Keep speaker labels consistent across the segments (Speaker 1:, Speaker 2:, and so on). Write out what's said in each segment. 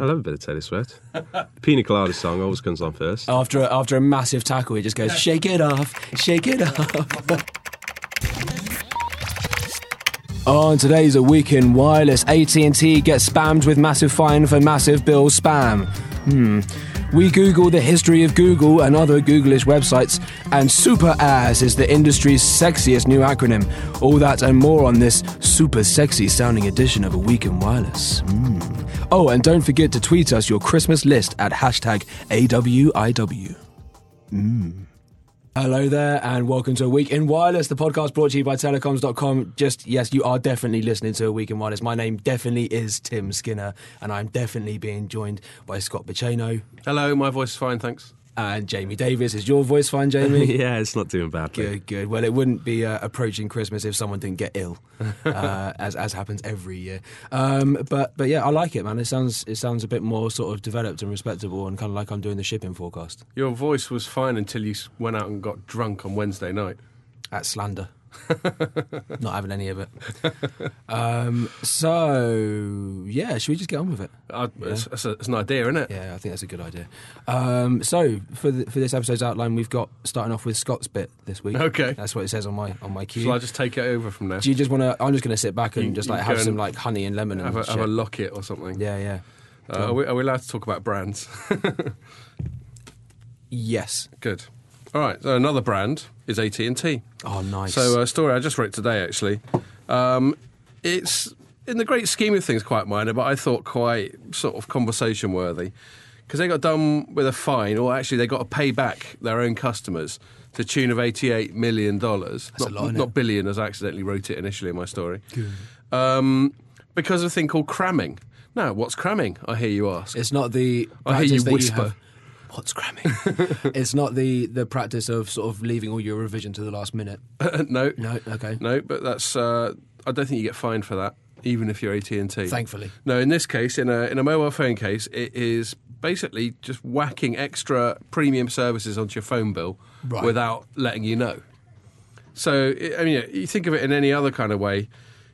Speaker 1: I love a bit of Teddy Swift. Pina Colada song always comes on first.
Speaker 2: After a, after a massive tackle, he just goes, shake it off, shake it off. On Oh, today's A Week in Wireless, AT&T gets spammed with massive fine for massive bill spam. Hmm. We Google the history of Google and other Googleish websites, and Super Ass is the industry's sexiest new acronym. All that and more on this super sexy sounding edition of A Week in Wireless. Mm. Oh, and don't forget to tweet us your Christmas list at hashtag AWIW. Mm. Hello there, and welcome to A Week in Wireless, the podcast brought to you by telecoms.com. Just, yes, you are definitely listening to A Week in Wireless. My name definitely is Tim Skinner, and I'm definitely being joined by Scott Biceno.
Speaker 1: Hello, my voice is fine, thanks.
Speaker 2: And Jamie Davis. Is your voice fine, Jamie?
Speaker 1: yeah, it's not doing badly.
Speaker 2: Good, good. Well, it wouldn't be uh, approaching Christmas if someone didn't get ill, uh, as, as happens every year. Um, but, but yeah, I like it, man. It sounds, it sounds a bit more sort of developed and respectable and kind of like I'm doing the shipping forecast.
Speaker 3: Your voice was fine until you went out and got drunk on Wednesday night.
Speaker 2: At slander. Not having any of it. Um, so, yeah, should we just get on with it?
Speaker 3: I,
Speaker 2: Yeah.
Speaker 3: it's, it's, a, it's an idea, isn't it?
Speaker 2: Yeah, I think that's a good idea. Um, so, for the, for this episode's outline, we've got starting off with Scott's bit this week.
Speaker 3: Okay.
Speaker 2: that's what it says on my on my cue.
Speaker 3: Shall I just take it over from there?
Speaker 2: Do you just want to? I'm just going to sit back and
Speaker 3: You-
Speaker 2: just
Speaker 3: you
Speaker 2: like
Speaker 3: go
Speaker 2: have
Speaker 3: and
Speaker 2: some like honey and lemon and
Speaker 3: have, a,
Speaker 2: shit.
Speaker 3: have a locket or something.
Speaker 2: yeah, yeah.
Speaker 3: Uh, are, we, are we allowed to talk about brands?
Speaker 2: Yes.
Speaker 3: Good. All right. So another brand is AT and T.
Speaker 2: Oh, nice.
Speaker 3: So uh, a story I just wrote today, actually. Um, it's in the great scheme of things quite minor, but I thought quite sort of conversation worthy because they got done with a fine, or actually they got to pay back their own customers to the tune of eighty-eight million dollars.
Speaker 2: That's a
Speaker 3: not,
Speaker 2: lot, innit?
Speaker 3: not billion, as I accidentally wrote it initially in my story. Um, because of a thing called cramming. Now, what's cramming? I hear you ask.
Speaker 2: It's not the.
Speaker 3: I hear
Speaker 2: practice
Speaker 3: you
Speaker 2: that
Speaker 3: whisper.
Speaker 2: have- What's cramming? it's not the the practice of sort of leaving all your revision to the last minute.
Speaker 3: no,
Speaker 2: No. Okay.
Speaker 3: No, but that's. Uh, I don't think you get fined for that, even if you're AT and T.
Speaker 2: Thankfully.
Speaker 3: No, in this case, in a in a mobile phone case, it is basically just whacking extra premium services onto your phone bill
Speaker 2: Right.
Speaker 3: without letting you know. So i I mean, you think of it in any other kind of way.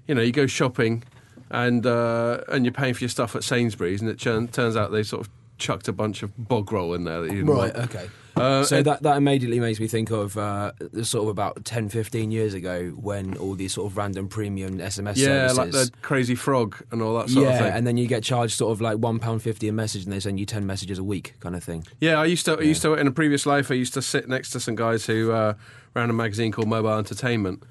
Speaker 3: You know, you go shopping, and uh, and you're paying for your stuff at Sainsbury's, and it churn, turns out they sort of chucked a bunch of bog roll in there that you didn't
Speaker 2: Right.
Speaker 3: want.
Speaker 2: Okay.
Speaker 3: Uh,
Speaker 2: so
Speaker 3: and-
Speaker 2: that, that immediately makes me think of uh, the sort of about 10, 15 years ago when all these sort of random premium SMS
Speaker 3: yeah,
Speaker 2: services.
Speaker 3: like the crazy frog and all that sort
Speaker 2: yeah,
Speaker 3: of thing.
Speaker 2: and then you get charged sort of like one pound fifty a message, and they send you ten messages a week, kind of thing.
Speaker 3: Yeah, I used to. I used to in a previous life. I used to sit next to some guys who uh, ran a magazine called Mobile Entertainment,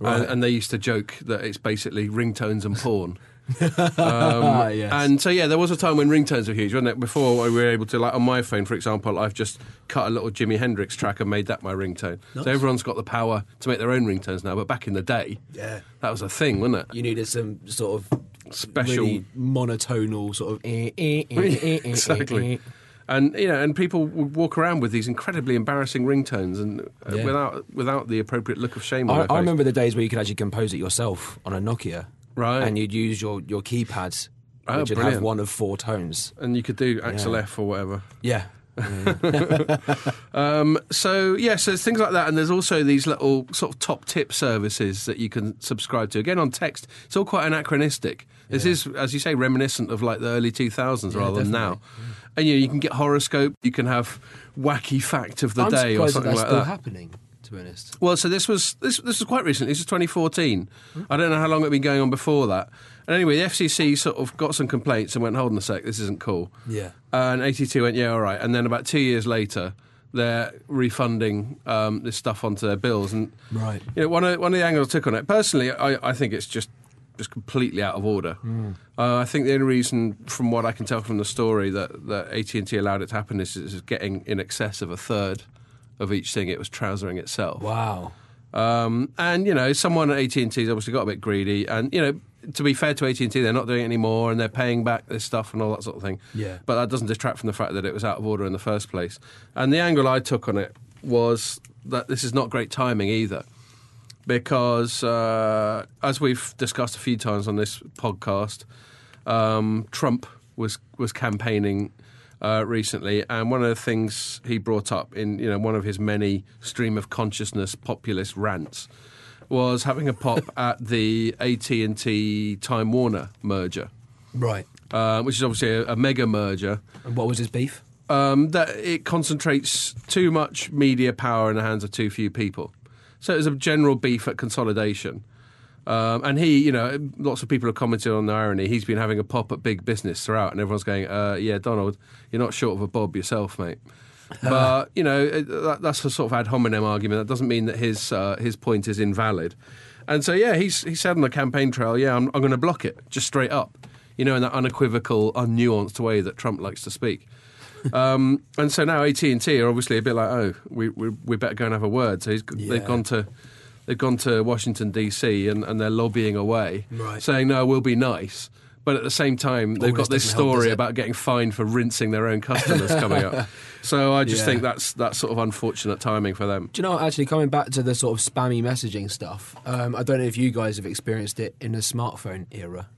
Speaker 3: and, and they used to joke that it's basically ringtones and porn.
Speaker 2: Ah, yes.
Speaker 3: Um, And so yeah, there was a time when ringtones were huge, wasn't it? Before I were able to, like on my phone, for example, I've just cut a little Jimi Hendrix track and made that my ringtone. So everyone's got the power to make their own ringtones now. But back in the day,
Speaker 2: Yeah.
Speaker 3: that was a thing, wasn't it?
Speaker 2: you needed some sort of
Speaker 3: Special-
Speaker 2: really monotonal sort of eh, eh, eh, eh, eh, eh, eh.
Speaker 3: exactly. And you know, and people would walk around with these incredibly embarrassing ringtones, and uh,
Speaker 2: Yeah.
Speaker 3: without without the appropriate look of shame on
Speaker 2: I,
Speaker 3: their face.
Speaker 2: I remember the days where you could actually compose it yourself on a Nokia,
Speaker 3: Right.
Speaker 2: And you'd use your your keypad,
Speaker 3: Oh,
Speaker 2: which would have
Speaker 3: brilliant.
Speaker 2: one of four tones.
Speaker 3: and you could do Axel F or whatever.
Speaker 2: Yeah,
Speaker 3: Um, so yeah, so there's things like that, and there's also these little sort of top tip services that you can subscribe to. Again, on text, it's all quite anachronistic. This is, as you say, reminiscent of like the early 2000s rather than now. And you know, you can get horoscope, you can have wacky fact of the
Speaker 2: I'm
Speaker 3: day or
Speaker 2: surprised
Speaker 3: something
Speaker 2: that's
Speaker 3: like
Speaker 2: still
Speaker 3: that.
Speaker 2: happening. To be honest,
Speaker 3: Well, so this was this this was quite recent. This was 2014. I don't know how long it had been going on before that. And anyway, the FCC sort of got some complaints and went, "Hold on a sec, this isn't cool."
Speaker 2: Yeah.
Speaker 3: And 82 went, "Yeah, all right." And then about two years later, they're refunding um, this stuff onto their bills. And
Speaker 2: Right.
Speaker 3: you know, one of one of the angles I took on it personally, I, I think it's just just completely out of order.
Speaker 2: Mm.
Speaker 3: Uh, I think the only reason, from what I can tell from the story, that that AT and T allowed it to happen is, is getting in excess of a third of each thing it was trousering itself.
Speaker 2: wow.
Speaker 3: Um, and you know, someone at AT and T's obviously got a bit greedy, and you know, to be fair to AT and T, they're not doing it anymore, and they're paying back this stuff and all that sort of thing.
Speaker 2: Yeah.
Speaker 3: But that doesn't detract from the fact that it was out of order in the first place. And the angle I took on it was that this is not great timing either, because uh, as we've discussed a few times on this podcast, um, Trump was was campaigning uh, recently, and one of the things he brought up in you know one of his many stream of consciousness populist rants was having a pop at the AT and T Time Warner merger.
Speaker 2: Right.
Speaker 3: uh, which is obviously a, a mega merger.
Speaker 4: And what was his beef?
Speaker 3: um, that it concentrates too much media power in the hands of too few people. So there's a general beef at consolidation. Um, and he, you know, lots of people have commented on the irony. He's been having a pop at big business throughout, and everyone's going, uh, "Yeah, Donald, you're not short of a bob yourself, mate." But you know, it- that, that's a sort of ad hominem argument. That doesn't mean that his uh, his point is invalid. And so, yeah, he's he said on the campaign trail, "Yeah, I'm, I'm going to block it, just straight up," you know, in that unequivocal, unnuanced way that Trump likes to speak. Um, and so now AT and T are obviously a bit like, oh, we, we we better go and have a word. So he's,
Speaker 4: Yeah.
Speaker 3: they've gone to they've gone to Washington DC and, and they're lobbying away,
Speaker 4: Right.
Speaker 3: saying no, we'll be nice. But at the same time, they've
Speaker 4: this
Speaker 3: got this
Speaker 4: doesn't help, does
Speaker 3: story
Speaker 4: it?
Speaker 3: about getting fined for rinsing their own customers coming up. So I just
Speaker 4: Yeah.
Speaker 3: think that's that's sort of unfortunate timing for them.
Speaker 2: Do you know, what, actually, coming back to the sort of spammy messaging stuff, um, I don't know if you guys have experienced it in the smartphone era,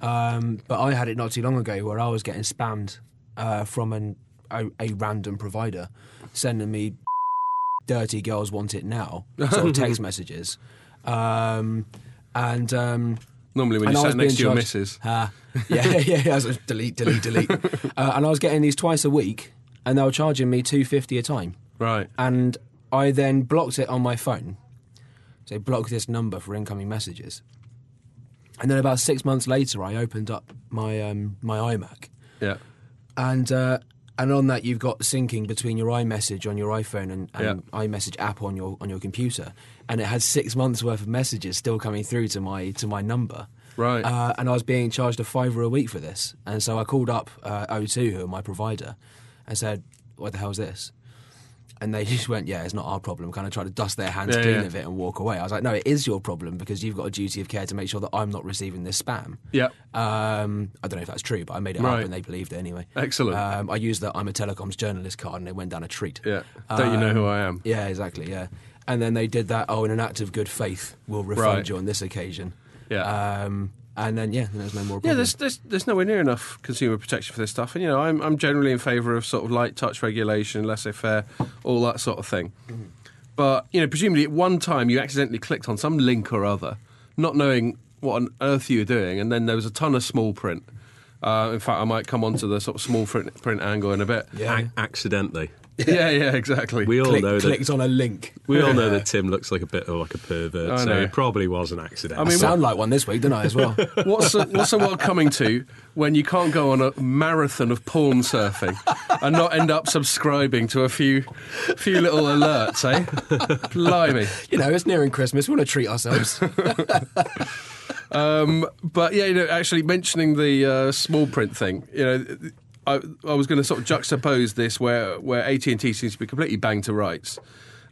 Speaker 2: um, but I had it not too long ago where I was getting spammed uh, from an, a, a random provider sending me dirty girls want it now sort of text messages. Um, and um,
Speaker 3: Normally, when
Speaker 2: and I
Speaker 3: you
Speaker 2: was
Speaker 3: sat next
Speaker 2: being
Speaker 3: to your
Speaker 2: charged-
Speaker 3: missus,
Speaker 2: Ah, yeah, yeah, yeah. I was like, delete, delete, delete. uh, and I was getting these twice a week, and they were charging me two fifty a time
Speaker 3: right?
Speaker 2: and I then blocked it on my phone. So block this number for incoming messages. And then about six months later, I opened up my um, my iMac,
Speaker 3: Yeah,
Speaker 2: and uh, and on that you've got syncing between your iMessage on your iPhone and, and iMessage app on your on your computer, and it had six months worth of messages still coming through to my to my number.
Speaker 3: Right.
Speaker 2: Uh, and I was being charged a fiver a week for this, and so I called up uh, O2, who are my provider, and said, "What the hell's this?" And they just went, "Yeah, it's not our problem." Kind of tried to dust their hands
Speaker 3: Yeah,
Speaker 2: clean
Speaker 3: yeah.
Speaker 2: of it and walk away. I was like, "No, it is your problem because you've got a duty of care to make sure that I'm not receiving this spam."
Speaker 3: yeah,
Speaker 2: Um, I don't know if that's true, but I made it up
Speaker 3: Right.
Speaker 2: and they believed it anyway.
Speaker 3: Excellent.
Speaker 2: Um, I used that I'm a telecoms journalist card and they went down a treat.
Speaker 3: yeah. Don't you know
Speaker 2: Um,
Speaker 3: who I am?
Speaker 2: Yeah, exactly. Yeah. And then they did that. Oh, in an act of good faith, we'll refund
Speaker 3: Right.
Speaker 2: you on this occasion.
Speaker 3: Yeah.
Speaker 2: Um, and then, yeah, then there's no more problem.
Speaker 3: Yeah, there's, there's there's nowhere near enough consumer protection for this stuff, and you know I'm I'm generally in favour of sort of light touch regulation, laissez faire, all that sort of thing. But you know, presumably at one time you accidentally clicked on some link or other, not knowing what on earth you were doing, and then there was a ton of small print. Uh, in fact, I might come onto the sort of small print, print angle in a bit.
Speaker 2: Yeah.
Speaker 1: Ac- accidentally.
Speaker 3: yeah, yeah, exactly.
Speaker 1: We all
Speaker 2: Click-
Speaker 1: know that.
Speaker 2: clicked on a link.
Speaker 1: We all know that Tim looks like a bit of like a pervert,
Speaker 3: I
Speaker 1: so
Speaker 3: know.
Speaker 1: it probably was an accident.
Speaker 3: I mean, what-
Speaker 2: Sound like one this week, didn't I, as well?
Speaker 3: What's the, what's the world coming to when you can't go on a marathon of porn surfing and not end up subscribing to a few few little alerts, eh? Blimey.
Speaker 2: you know, it's nearing Christmas. We want to treat ourselves.
Speaker 3: Um, but yeah, you know, actually mentioning the uh, small print thing, you know, I, I was going to sort of juxtapose this where where AT and T seems to be completely banged to rights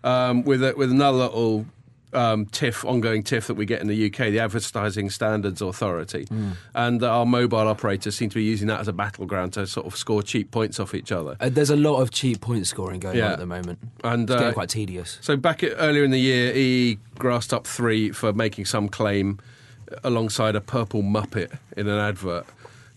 Speaker 3: um, with a, with another little. Um, TIFF, ongoing TIFF that we get in the UK, the Advertising Standards Authority, and our mobile operators seem to be using that as a battleground to sort of score cheap points off each other.
Speaker 2: Uh, there's a lot of cheap point scoring going on
Speaker 3: Yeah.
Speaker 2: at the moment.
Speaker 3: And,
Speaker 2: it's getting
Speaker 3: uh,
Speaker 2: quite tedious.
Speaker 3: So back at, earlier in the year, he grassed up three for making some claim alongside a purple muppet in an advert,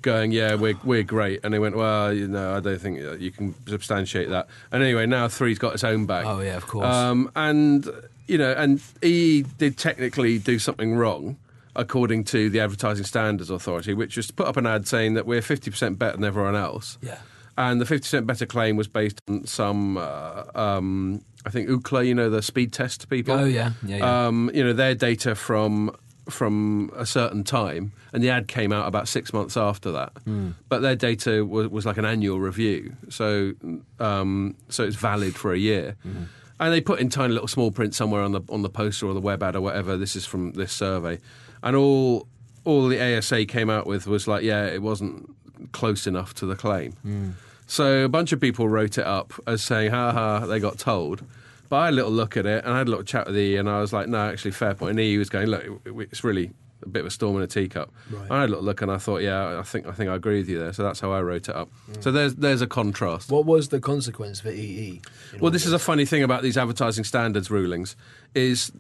Speaker 3: going, "Yeah, we're we're great." And they went, "Well, you know, I don't think that you can substantiate that." And anyway, now three's got its own back.
Speaker 2: Oh, yeah, of course.
Speaker 3: Um, and you know, and he did technically do something wrong. According to the Advertising Standards Authority, which was to put up an ad saying that we're 50% better than everyone else.
Speaker 2: Yeah.
Speaker 3: And the 50% better claim was based on some, uh, um, I think UCLA, you know, the speed test people.
Speaker 2: Oh, yeah. Yeah, yeah.
Speaker 3: Um, you know, their data from from a certain time, and the ad came out about six months after that.
Speaker 2: Hmm.
Speaker 3: But their data was, was like an annual review, so um, so it's valid for a year.
Speaker 2: Mm-hmm.
Speaker 3: And they put in tiny little small print somewhere on the on the poster or the web ad or whatever. This is from this survey, and all all the ASA came out with was like, yeah, it wasn't close enough to the claim.
Speaker 2: Hmm.
Speaker 3: So a bunch of people wrote it up as saying, ha ha, they got told. But I had a little look at it and I had a little chat with E and I was like, no, actually, fair point. And E was going, look, it's really a bit of a storm in a teacup. And I had a little look and I thought, yeah, I think I think I agree with you there. So that's how I wrote it up. So there's there's a contrast.
Speaker 2: What was the consequence for E EE?
Speaker 3: Well, this is a funny thing about these advertising standards rulings is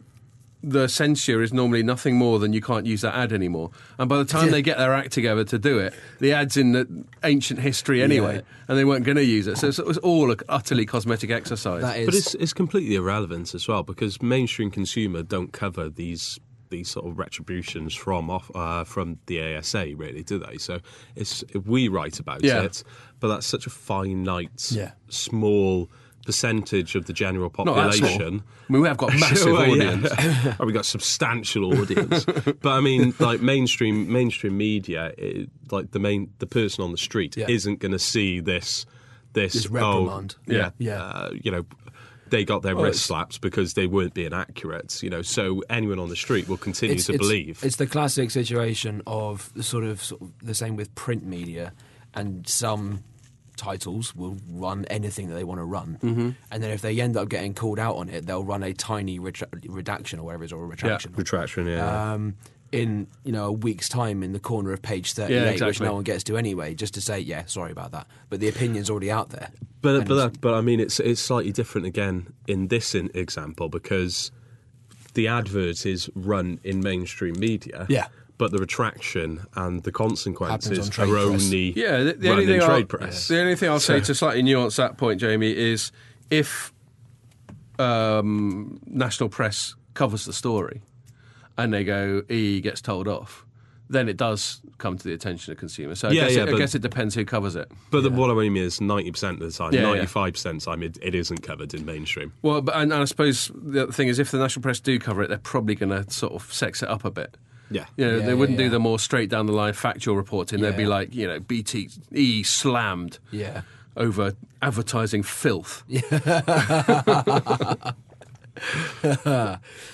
Speaker 3: the censure is normally nothing more than you can't use that ad anymore. And by the time they get their act together to do it, the ad's in the ancient history anyway, and they weren't going to use it. So it's- it was all an utterly cosmetic exercise.
Speaker 2: That is.
Speaker 1: but it's it's completely irrelevant as well because mainstream consumer don't cover these these sort of retributions from off uh, from the ASA, really, do they? So it's we write about
Speaker 3: Yeah.
Speaker 1: it, but that's such a finite,
Speaker 2: Yeah.
Speaker 1: small percentage of the general
Speaker 3: Not that small. I
Speaker 1: population.
Speaker 3: mean, we have got massive
Speaker 1: Well, yeah.
Speaker 3: audience.
Speaker 1: and Oh, we got substantial audience. but I mean, like mainstream mainstream media, it, like the main the person on the street
Speaker 2: Yeah.
Speaker 1: isn't going to see this this,
Speaker 2: This
Speaker 1: oh,
Speaker 2: reprimand.
Speaker 1: yeah,
Speaker 2: Yeah.
Speaker 1: uh, you know. They got their wrist slaps because they weren't being accurate, you know. So anyone on the street will continue to believe.
Speaker 2: It's the classic situation of the sort of, sort of the same with print media, and some titles will run anything that they want to run,
Speaker 3: Mm-hmm.
Speaker 2: and then if they end up getting called out on it, they'll run a tiny retra- redaction or whatever it is or a retraction.
Speaker 1: retraction, yeah.
Speaker 2: um, in you know a week's time in the corner of page 38
Speaker 3: Yeah,
Speaker 2: which
Speaker 3: exactly.
Speaker 2: no one gets to anyway just to say yeah sorry about that but the opinion's already out there
Speaker 1: But but that, but I mean, it's it's slightly different again in this in example because the advert is run in mainstream media.
Speaker 2: Yeah.
Speaker 1: But the retraction and the consequences
Speaker 2: Happens on trade
Speaker 1: are
Speaker 2: press.
Speaker 1: only
Speaker 3: Yeah, the, the
Speaker 1: run
Speaker 3: only
Speaker 1: in
Speaker 3: thing
Speaker 1: trade
Speaker 3: I'll,
Speaker 1: press.
Speaker 3: The only thing I'll say to slightly nuance that point, Jamie, is if um, national press covers the story and they go he gets told off, then it does come to the attention of consumers. So I,
Speaker 1: Yeah,
Speaker 3: guess,
Speaker 1: yeah,
Speaker 3: it, I
Speaker 1: but-
Speaker 3: guess it depends who covers it.
Speaker 1: But the, what I mean is, ninety percent of the time,
Speaker 3: Yeah, yeah.
Speaker 1: ninety-five percent of the time, it, it isn't covered in mainstream.
Speaker 3: Well, but, and, and I suppose the other thing is if the national press do cover it, they're probably going to sort of sex it up a bit.
Speaker 1: Yeah.
Speaker 3: You know,
Speaker 2: Yeah,
Speaker 3: they
Speaker 2: yeah,
Speaker 3: wouldn't
Speaker 2: yeah.
Speaker 3: do the more straight down the line factual reporting. They'd be
Speaker 2: Yeah.
Speaker 3: like, you know, BTE slammed
Speaker 2: yeah
Speaker 3: over advertising filth.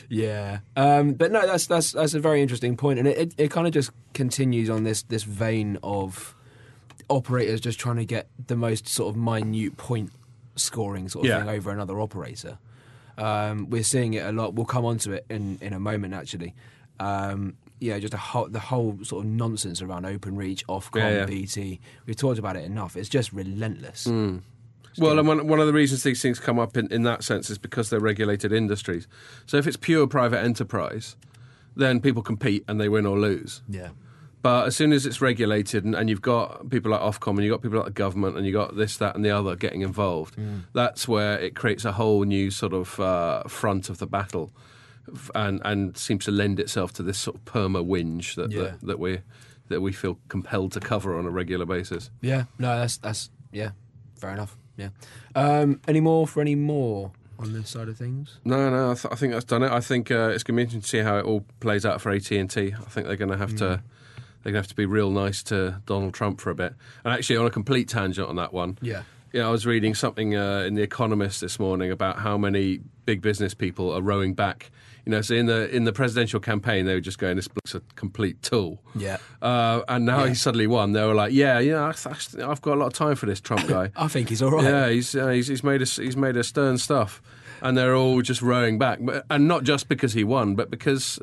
Speaker 2: yeah um, but no that's that's that's a very interesting point and it, it, it kind of just continues on this this vein of operators just trying to get the most sort of minute point scoring sort of
Speaker 3: Yeah.
Speaker 2: thing over another operator um, we're seeing it a lot we'll come onto it in in a moment actually um, yeah, just a whole, the whole sort of nonsense around OpenReach, Ofcom,
Speaker 3: Yeah, yeah.
Speaker 2: BT. We've talked about it enough. It's just relentless.
Speaker 3: Well, and one, one of the reasons these things come up in, in that sense is because they're regulated industries. So if it's pure private enterprise, then people compete and they win or lose.
Speaker 2: Yeah.
Speaker 3: But as soon as it's regulated and, and you've got people like Ofcom and you've got people like the government and you've got this, that, and the other getting involved, that's where it creates a whole new sort of uh, front of the battle f- and, and seems to lend itself to this sort of perma whinge that,
Speaker 2: Yeah.
Speaker 3: that, that, we, that we feel compelled to cover on a regular basis.
Speaker 2: Yeah, no, that's that's yeah, fair enough. Yeah. Um, any more for any more on this side of things?
Speaker 3: No, no, I, th- I think that's done it. I think uh, it's going to be interesting to see how it all plays out for AT and T. I think they're going to have
Speaker 2: Mm.
Speaker 3: to they're going to have to be real nice to Donald Trump for a bit. And actually, on a complete tangent on that one,
Speaker 2: Yeah.
Speaker 3: you know, I was reading something uh, in the Economist this morning about how many big business people are rowing back. You know, so in the in the presidential campaign, they were just going, "This bloke's a complete tool."
Speaker 2: Yeah.
Speaker 3: Uh, and now he suddenly won. They were like, "Yeah, yeah, I th- I've got a lot of time for this Trump guy."
Speaker 2: I think he's all right.
Speaker 3: Yeah, he's, uh, he's he's made us he's made us stern stuff, and they're all just rowing back, But- and not just because he won, but because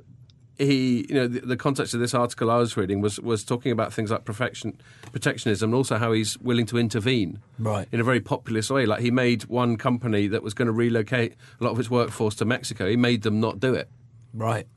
Speaker 3: he you know the, the context of this article I was reading was was talking about things like perfection protectionism and also how he's willing to intervene
Speaker 2: Right.
Speaker 3: in a very populist way. Like he made one company that was going to relocate a lot of its workforce to Mexico, he made them not do it.
Speaker 2: Right.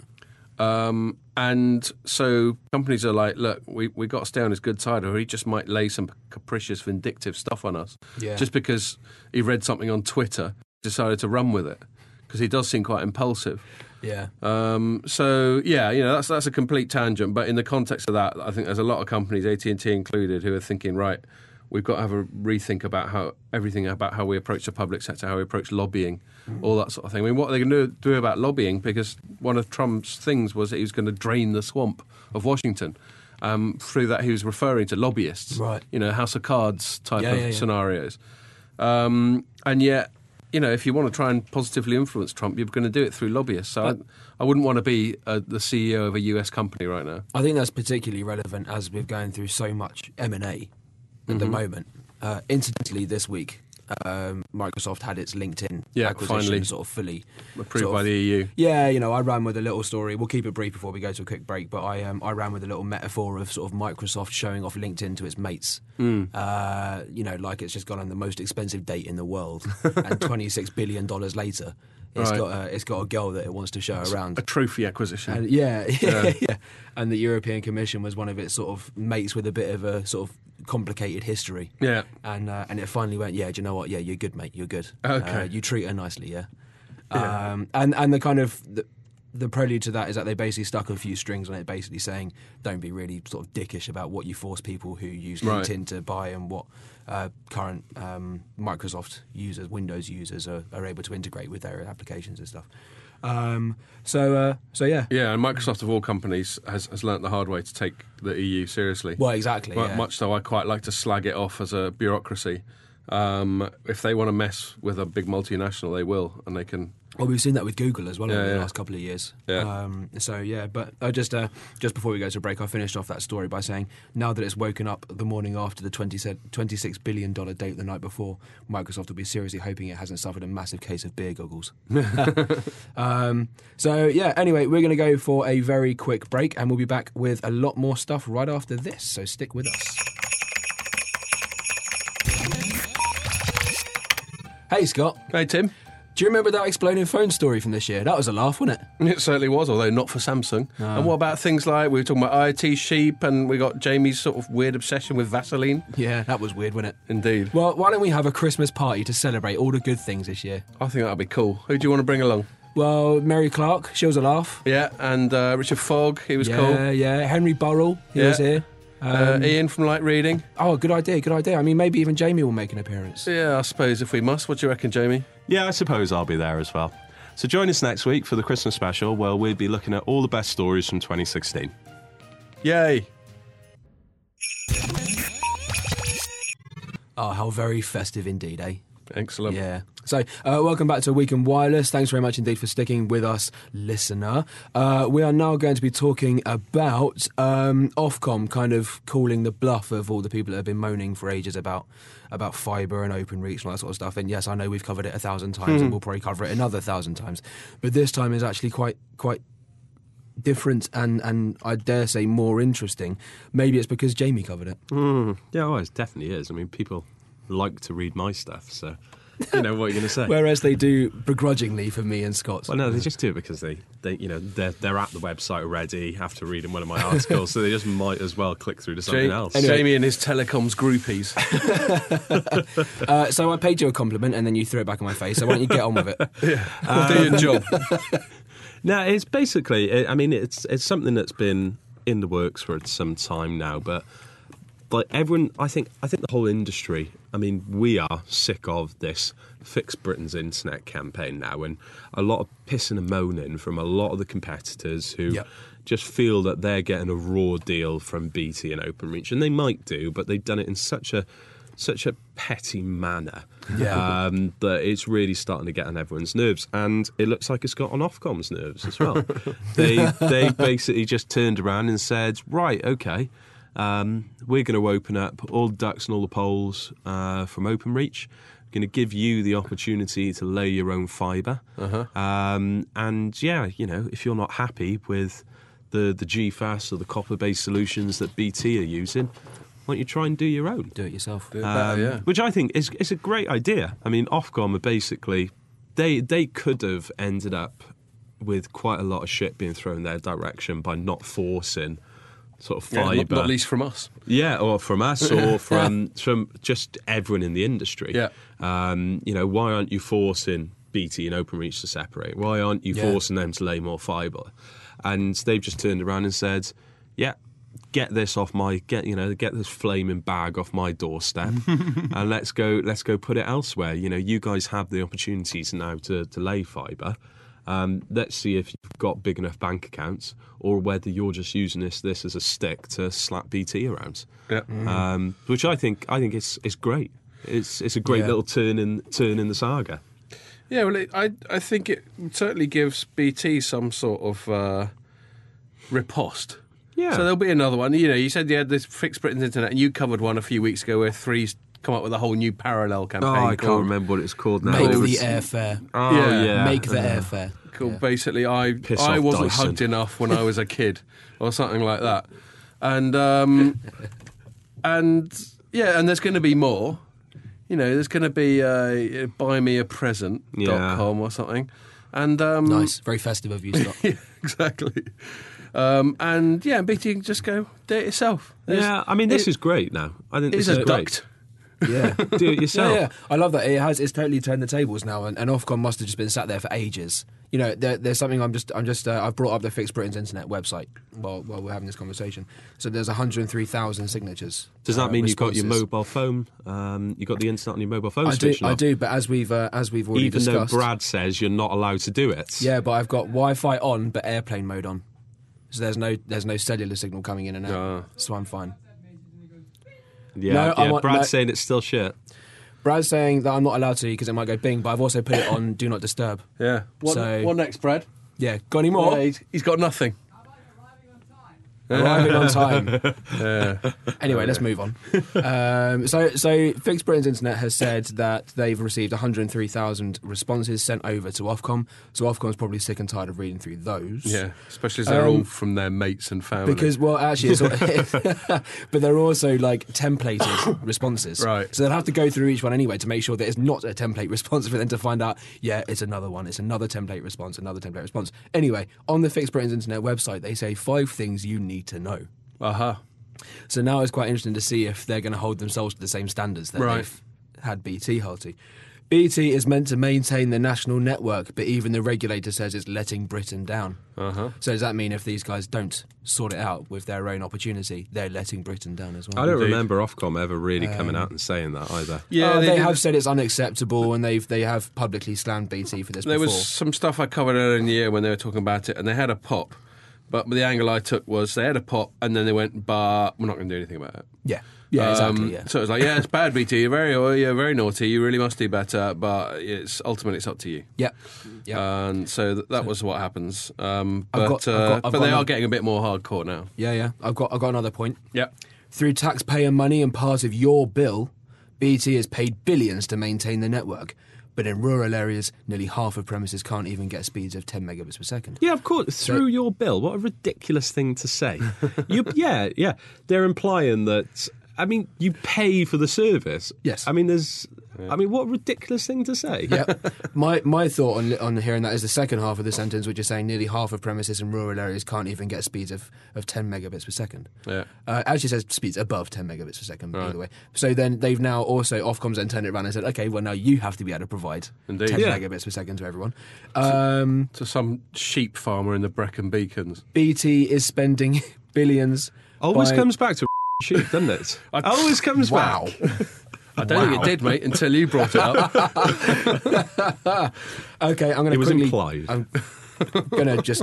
Speaker 3: Um, and so companies are like, look, we we got to stay on his good side, or he just might lay some capricious, vindictive stuff on us.
Speaker 2: Yeah.
Speaker 3: Just because he read something on Twitter, decided to run with it because he does seem quite impulsive.
Speaker 2: Yeah.
Speaker 3: Um, so yeah, you know that's that's a complete tangent. But in the context of that, I think there's a lot of companies, AT and T included, who are thinking, right, we've got to have a rethink about how everything about how we approach the public sector, how we approach lobbying, all that sort of thing. I mean, what are they going to do about lobbying? Because one of Trump's things was that he was going to drain the swamp of Washington. Um, through that, he was referring to lobbyists,
Speaker 2: Right.
Speaker 3: You know, House of Cards type
Speaker 2: Yeah,
Speaker 3: of
Speaker 2: yeah, yeah.
Speaker 3: scenarios. Um, and yet, you know, if you want to try and positively influence Trump, you're going to do it through lobbyists. So I, I wouldn't want to be uh, the CEO of a US company right now.
Speaker 2: I think that's particularly relevant as we're going through so much M and A at the moment. Uh, incidentally, this week, um, Microsoft had its LinkedIn
Speaker 3: Yeah,
Speaker 2: acquisition
Speaker 3: finally.
Speaker 2: sort of fully
Speaker 3: Approved
Speaker 2: sort
Speaker 3: by
Speaker 2: of-
Speaker 3: the E EU.
Speaker 2: Yeah, you know, I ran with a little story. We'll keep it brief before we go to a quick break. But I, um, I ran with a little metaphor of sort of Microsoft showing off LinkedIn to its mates.
Speaker 3: Hmm.
Speaker 2: Uh, you know, like it's just gone on the most expensive date in the world, and twenty six billion dollars later, it's
Speaker 3: Right.
Speaker 2: got a, it's got a girl that it wants to show around.
Speaker 3: A trophy acquisition.
Speaker 2: And yeah, yeah, yeah. And the European Commission was one of its sort of mates with a bit of a sort of complicated history.
Speaker 3: Yeah.
Speaker 2: And uh, and it finally went, yeah, do you know what? Yeah, you're good, mate. You're good.
Speaker 3: Okay.
Speaker 2: Uh, you treat her nicely, yeah. Um, and and the kind of the, the prelude to that is that they basically stuck a few strings on it, basically saying, don't be really sort of dickish about what you force people who use
Speaker 3: Right.
Speaker 2: LinkedIn to buy and what uh, current um, Microsoft users, Windows users, are, are able to integrate with their applications and stuff. Um, so, uh, so yeah.
Speaker 3: Yeah, and Microsoft of all companies has, has learnt the hard way to take the EU seriously.
Speaker 2: Well, exactly.
Speaker 3: Mu-
Speaker 2: yeah.
Speaker 3: Much though I quite like to slag it off as a bureaucracy. Um, if they want to mess with a big multinational, they will, and they can.
Speaker 2: Well, we've seen that with Google as well
Speaker 3: Yeah,
Speaker 2: over the
Speaker 3: yeah.
Speaker 2: last couple of years.
Speaker 3: Yeah.
Speaker 2: Um, so yeah, but I just uh, just before we go to break, I finished off that story by saying now that it's woken up the morning after the 20, se- 26 billion dollar date the night before, Microsoft will be seriously hoping it hasn't suffered a massive case of beer goggles. um, so yeah. Anyway, we're going to go for a very quick break, and we'll be back with a lot more stuff right after this. So stick with us. Hey Scott.
Speaker 3: Hey, Tim.
Speaker 2: Do you remember that exploding phone story from this year? That was a laugh, wasn't it?
Speaker 3: It certainly was, although not for Samsung. And what about things like we were talking about IoT sheep, and we got Jamie's sort of weird obsession with Vaseline.
Speaker 2: Yeah, that was weird, wasn't it?
Speaker 3: Indeed,
Speaker 2: Well, why don't we have a Christmas party to celebrate all the good things this year?
Speaker 3: I think that'd be cool. Who do you want to bring along?
Speaker 2: Well, Mary Clark, she was a laugh.
Speaker 3: Yeah, and uh, Richard Fogg, he was
Speaker 2: yeah,
Speaker 3: cool.
Speaker 2: yeah. Henry Burrell, he
Speaker 3: Yeah.
Speaker 2: was here. Um,
Speaker 3: Uh, Ian from Light Reading.
Speaker 2: Oh, good idea, good idea. I mean, maybe even Jamie will make an appearance.
Speaker 3: Yeah, I suppose if we must. What do you reckon, Jamie?
Speaker 1: Yeah, I suppose I'll be there as well. So join us next week for the Christmas special where we'll be looking at all the best stories from 2016.
Speaker 3: Yay!
Speaker 2: Oh, how very festive indeed, eh?
Speaker 3: Excellent.
Speaker 2: Yeah. So, uh, welcome back to Week in Wireless. Thanks very much indeed for sticking with us, listener. Uh, we are now going to be talking about um, Ofcom kind of calling the bluff of all the people that have been moaning for ages about about fibre and open reach and all that sort of stuff. And yes, I know we've covered it a thousand times, and we'll probably cover it another thousand times. But this time is actually quite quite different and and I dare say more interesting. Maybe it's because Jamie covered it.
Speaker 1: Yeah, oh, it definitely is. I mean, people like to read my stuff, so you know what you're going to say. well,
Speaker 2: Whereas they do begrudgingly for me and Scott.
Speaker 1: no, they just do it because they, they you know, they're, they're at the website already, have to read in one of my articles, so they just might as well click through to something
Speaker 3: Ja-
Speaker 1: else.
Speaker 3: Jamie and his telecoms groupies.
Speaker 2: Uh, so I paid you a compliment and then you threw it back in my face. So why don't you get on with it?
Speaker 3: Do your job.
Speaker 1: No, it's basically. I I mean, it's it's something that's been in the works for some time now, but like everyone, I think I think the whole industry. I mean, we are sick of this fix Britain's internet campaign now, and a lot of pissing and moaning from a lot of the competitors who.
Speaker 2: Yep.
Speaker 1: Just feel that they're getting a raw deal from BT and Openreach, and they might do, but they've done it in such a such a petty manner
Speaker 2: Yeah.
Speaker 1: um, that it's really starting to get on everyone's nerves, and it looks like it's got on Ofcom's nerves as well. they they basically just turned around and said, right, okay, um, we're going to open up all the ducks and all the poles uh, from OpenReach. We're going to give you the opportunity to lay your own fiber Um, and yeah, you know, if you're not happy with the the GFAS or the copper-based solutions that BT are using, why don't you try and do your own?
Speaker 2: Do it yourself. Uh,
Speaker 1: Um,
Speaker 3: Oh, yeah.
Speaker 1: Which I think is is a great idea. I mean, Ofcom are basically they they could have ended up with quite a lot of shit being thrown their direction by not forcing sort of
Speaker 3: Yeah,
Speaker 1: fibre.
Speaker 3: not, not least from us.
Speaker 1: Yeah, or from us, or from from just everyone in the industry.
Speaker 3: Yeah.
Speaker 1: Um, you know, why aren't you forcing BT and Openreach to separate? Why aren't you
Speaker 2: Yeah.
Speaker 1: forcing them to lay more fibre? And they've just turned around and said, "Yeah, get this off my get you know get this flaming bag off my doorstep, and let's go let's go put it elsewhere. You know, you guys have the opportunities now to to lay fibre." Um, let's see if you've got big enough bank accounts, or whether you're just using this this as a stick to slap BT around
Speaker 3: Yeah.
Speaker 1: um, which I think I think it's it's great. It's it's a great
Speaker 2: Yeah.
Speaker 1: little turn in turn in the saga.
Speaker 3: Yeah, well, it, I I think it certainly gives BT some sort of uh, riposte.
Speaker 1: Yeah.
Speaker 3: So there'll be another one. You know, you said you had this Fix Britain's Internet, and you covered one a few weeks ago where three's come up with a whole new parallel campaign. Oh, called,
Speaker 1: Oh, remember what it's called now.
Speaker 2: Make
Speaker 3: it
Speaker 2: the
Speaker 3: was-
Speaker 2: airfare.
Speaker 1: oh
Speaker 3: Yeah.
Speaker 1: yeah,
Speaker 2: Make the airfare.
Speaker 3: called
Speaker 2: Yeah.
Speaker 3: basically I
Speaker 1: Piss
Speaker 3: I
Speaker 1: off,
Speaker 3: wasn't
Speaker 1: Dyson.
Speaker 3: hugged enough when I was a kid or something like that. And um, and yeah, and there's going to be more. You know, there's going to be uh, buymeapresent.com
Speaker 1: Yeah.
Speaker 3: or something. And um,
Speaker 2: Nice. Very festive of you, Scott.
Speaker 3: yeah, exactly. Um, and yeah, BT can just go do it yourself. There's-
Speaker 1: Yeah, I mean this
Speaker 3: it-
Speaker 1: is great now. I think
Speaker 3: it is
Speaker 1: this
Speaker 3: a
Speaker 1: is great.
Speaker 3: duct.
Speaker 2: Yeah.
Speaker 1: Do it yourself.
Speaker 2: Yeah, yeah, I love that. It has. It's totally turned the tables now, and, and Ofcom must have just been sat there for ages. You know, there, there's something I'm just, I'm just, uh, I've brought up the Fix Britain's internet website while while we're having this conversation. So there's 103,000 signatures.
Speaker 1: Does that
Speaker 2: uh,
Speaker 1: mean you've got your
Speaker 2: responses.
Speaker 1: mobile phone? Um, you've got the internet on your mobile phone
Speaker 2: I do,
Speaker 1: switched
Speaker 2: I
Speaker 1: off?
Speaker 2: do, but as we've, uh, as we've already
Speaker 1: Even
Speaker 2: discussed,
Speaker 1: though Brad says you're not allowed to do it.
Speaker 2: yeah, but I've got Wi-Fi on, but airplane mode on. So there's no, there's no cellular signal coming in and out.
Speaker 3: Ah.
Speaker 2: So I'm fine.
Speaker 1: Yeah,
Speaker 2: No, I
Speaker 1: yeah,
Speaker 2: want-
Speaker 1: Brad's
Speaker 2: no.
Speaker 1: saying it's still shit.
Speaker 2: Brad's saying that I'm not allowed to because it might go bing, but I've also put it on do not disturb.
Speaker 3: Yeah. What,
Speaker 2: So-
Speaker 3: what next, Brad?
Speaker 2: Yeah, got any
Speaker 3: Yeah,
Speaker 2: more?
Speaker 3: he's, he's got nothing.
Speaker 2: Arriving on time.
Speaker 3: Yeah.
Speaker 2: Anyway, let's move on. Um, so, so Fix Britain's internet has said that they've received 103,000 responses sent over to Ofcom. So Ofcom's probably sick and tired of reading through those.
Speaker 3: yeah. Especially as they're
Speaker 2: Um,
Speaker 3: all from their mates and family.
Speaker 2: Because well, actually, it's all, but they're also like templated responses,
Speaker 3: Right.
Speaker 2: So they'll have to go through each one anyway to make sure that it's not a template response for them to find out. Yeah, it's another one. It's another template response. Another template response. Anyway, on the Fix Britain's internet website, they say five things you need to know.
Speaker 3: uh-huh.
Speaker 2: Oh, So now it's quite interesting to see if they're going to hold themselves to the same standards that
Speaker 3: Right.
Speaker 2: they've had BT hold to. BT is meant to maintain the national network, but even the regulator says it's letting Britain down.
Speaker 3: Uh-huh.
Speaker 2: So does that mean if these guys don't sort it out with their own opportunity, they're letting Britain down as well?
Speaker 1: I don't remember Ofcom ever really coming
Speaker 2: Um,
Speaker 1: out and saying that either.
Speaker 2: Yeah, Oh, they,
Speaker 3: did-
Speaker 2: have said it's unacceptable, and they've they have publicly slammed BT for this
Speaker 3: There
Speaker 2: before.
Speaker 3: was some stuff I covered earlier in the year when they were talking about it, and they had a pop. But the angle I took was they had a pop, and then they went, "But we're not going to do anything about it."
Speaker 2: Yeah, yeah,
Speaker 3: Um,
Speaker 2: exactly. Yeah.
Speaker 3: So it was like, "Yeah, it's bad, BT. You're very, oh, yeah, very naughty. You really must do better." But it's ultimately it's up to you.
Speaker 2: Yep. Yep.
Speaker 3: And so th- that was what happens. Um, but
Speaker 2: I've got- I've
Speaker 3: uh,
Speaker 2: got- I've got
Speaker 3: but they
Speaker 2: another-
Speaker 3: are getting a bit more hardcore now.
Speaker 2: yeah, yeah. I've got I've got another point.
Speaker 3: Yep.
Speaker 2: Through taxpayer money and part of your bill, BT has paid billions to maintain the network. But in rural areas, nearly half of premises can't even get speeds of 10 megabits per second.
Speaker 1: Yeah, of course. Through your bill. What a ridiculous thing to say. you, yeah, yeah. They're implying that. I mean, you pay for the service.
Speaker 2: Yes.
Speaker 1: I mean, there's. I mean, what a ridiculous thing to say.
Speaker 2: Yeah. my my thought on on hearing that is the second half of the sentence, which is saying nearly half of premises in rural areas can't even get speeds of, of 10 megabits per second.
Speaker 3: Yeah.
Speaker 2: Uh, it actually says speeds above 10 megabits per second, by
Speaker 3: Right.
Speaker 2: the way. So then they've now also, Ofcom's then turned it around and said, okay, well, now you have to be able to provide
Speaker 3: Indeed.
Speaker 2: 10
Speaker 1: Yeah.
Speaker 2: megabits per second to everyone. Um,
Speaker 3: To some sheep farmer in the Brecon Beacons.
Speaker 2: BT is spending billions.
Speaker 1: Always
Speaker 2: by-
Speaker 1: comes back to shit, doesn't it? Always comes
Speaker 2: Wow.
Speaker 1: back.
Speaker 3: I don't think it did, mate, until you brought it up.
Speaker 2: okay, I'm going to
Speaker 1: It was
Speaker 2: quickly,
Speaker 1: implied.
Speaker 2: I'm going to just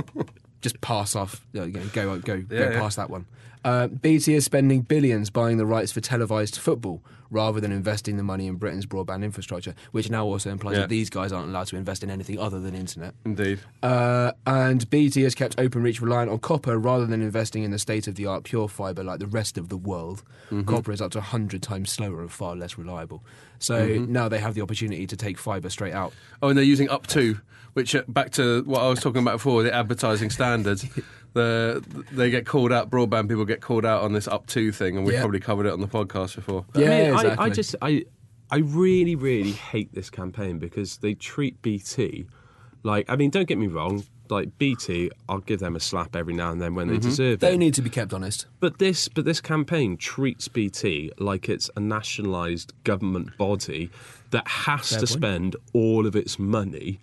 Speaker 2: just pass off. uh, you know, Go go go
Speaker 3: Yeah, yeah.
Speaker 2: past that one. Uh, BT is spending billions buying the rights for televised football rather than investing the money in Britain's broadband infrastructure, which now also implies
Speaker 3: Yeah.
Speaker 2: that these guys aren't allowed to invest in anything other than internet.
Speaker 3: Indeed.
Speaker 2: Uh, and BT has kept Openreach reliant on copper rather than investing in the state of the art pure fibre like the rest of the world.
Speaker 1: Mm-hmm.
Speaker 2: Copper is up to 100 times slower and far less reliable. So
Speaker 1: Mm-hmm.
Speaker 2: now they have the opportunity to take fibre straight out.
Speaker 3: Oh, and they're using up to, which uh, back to what I was talking about before, the advertising standards. the they get called out. Broadband people get called out on this up to thing, and we've
Speaker 2: Yeah.
Speaker 3: probably covered it on the podcast before.
Speaker 2: Yeah,
Speaker 1: I mean, I, I
Speaker 2: exactly.
Speaker 1: just I I really really hate this campaign because they treat BT like I mean don't get me wrong like BT I'll give them a slap every now and then when they deserve
Speaker 2: Mm-hmm. They
Speaker 1: it
Speaker 2: need to be kept honest.
Speaker 1: but this but this campaign treats BT like it's a nationalised government body that has to
Speaker 2: point.
Speaker 1: spend all of its money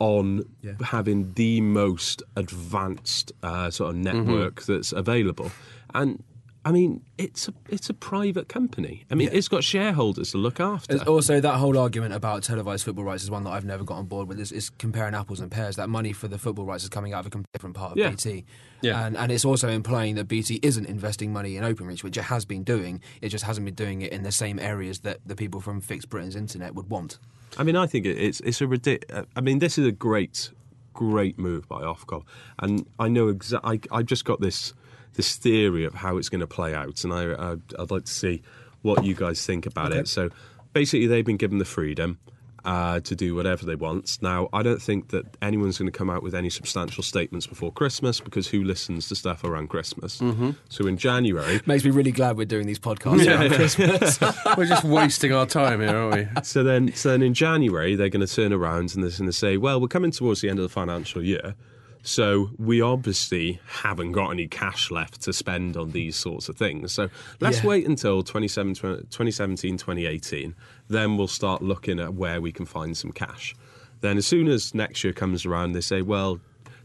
Speaker 1: on
Speaker 2: Yeah.
Speaker 1: having the most advanced uh, sort of
Speaker 2: Mm-hmm.
Speaker 1: network that's available and. I mean, it's a it's a private company. I mean,
Speaker 2: Yeah.
Speaker 1: it's got shareholders to look after.
Speaker 2: There's also that whole argument about televised football rights is one that I've never got on board with. It's, it's comparing apples and pears. That money for the football rights is coming out of a com- different part of
Speaker 1: Yeah.
Speaker 2: BT.
Speaker 3: Yeah.
Speaker 2: And, and it's also implying that BT isn't investing money in Openreach, which it has been doing. It just hasn't been doing it in the same areas that the people from Fixed Britain's internet would want.
Speaker 1: I mean, I think it- it's it's a ridiculous. I mean, this is a great, great move by Ofcom, and I know exactly. I've just got this this theory of how it's going to play out, and I, I I'd like to see what you guys think about it. So, basically, they've been given the freedom. Uh, to do whatever they want. Now, I don't think that anyone's going to come out with any substantial statements before Christmas because who listens to stuff around Christmas? So in January,
Speaker 2: Makes me really glad we're doing these podcasts around Christmas.
Speaker 3: We're just wasting our time here, aren't we?
Speaker 1: So then, so then in January, they're going to turn around and they're going to say, well, we're coming towards the end of the financial year. So we obviously haven't got any cash left to spend on these sorts of things. So let's
Speaker 2: Yeah.
Speaker 1: wait until 27 2017, 2018. Then we'll start looking at where we can find some cash. Then as soon as next year comes around, they say, well,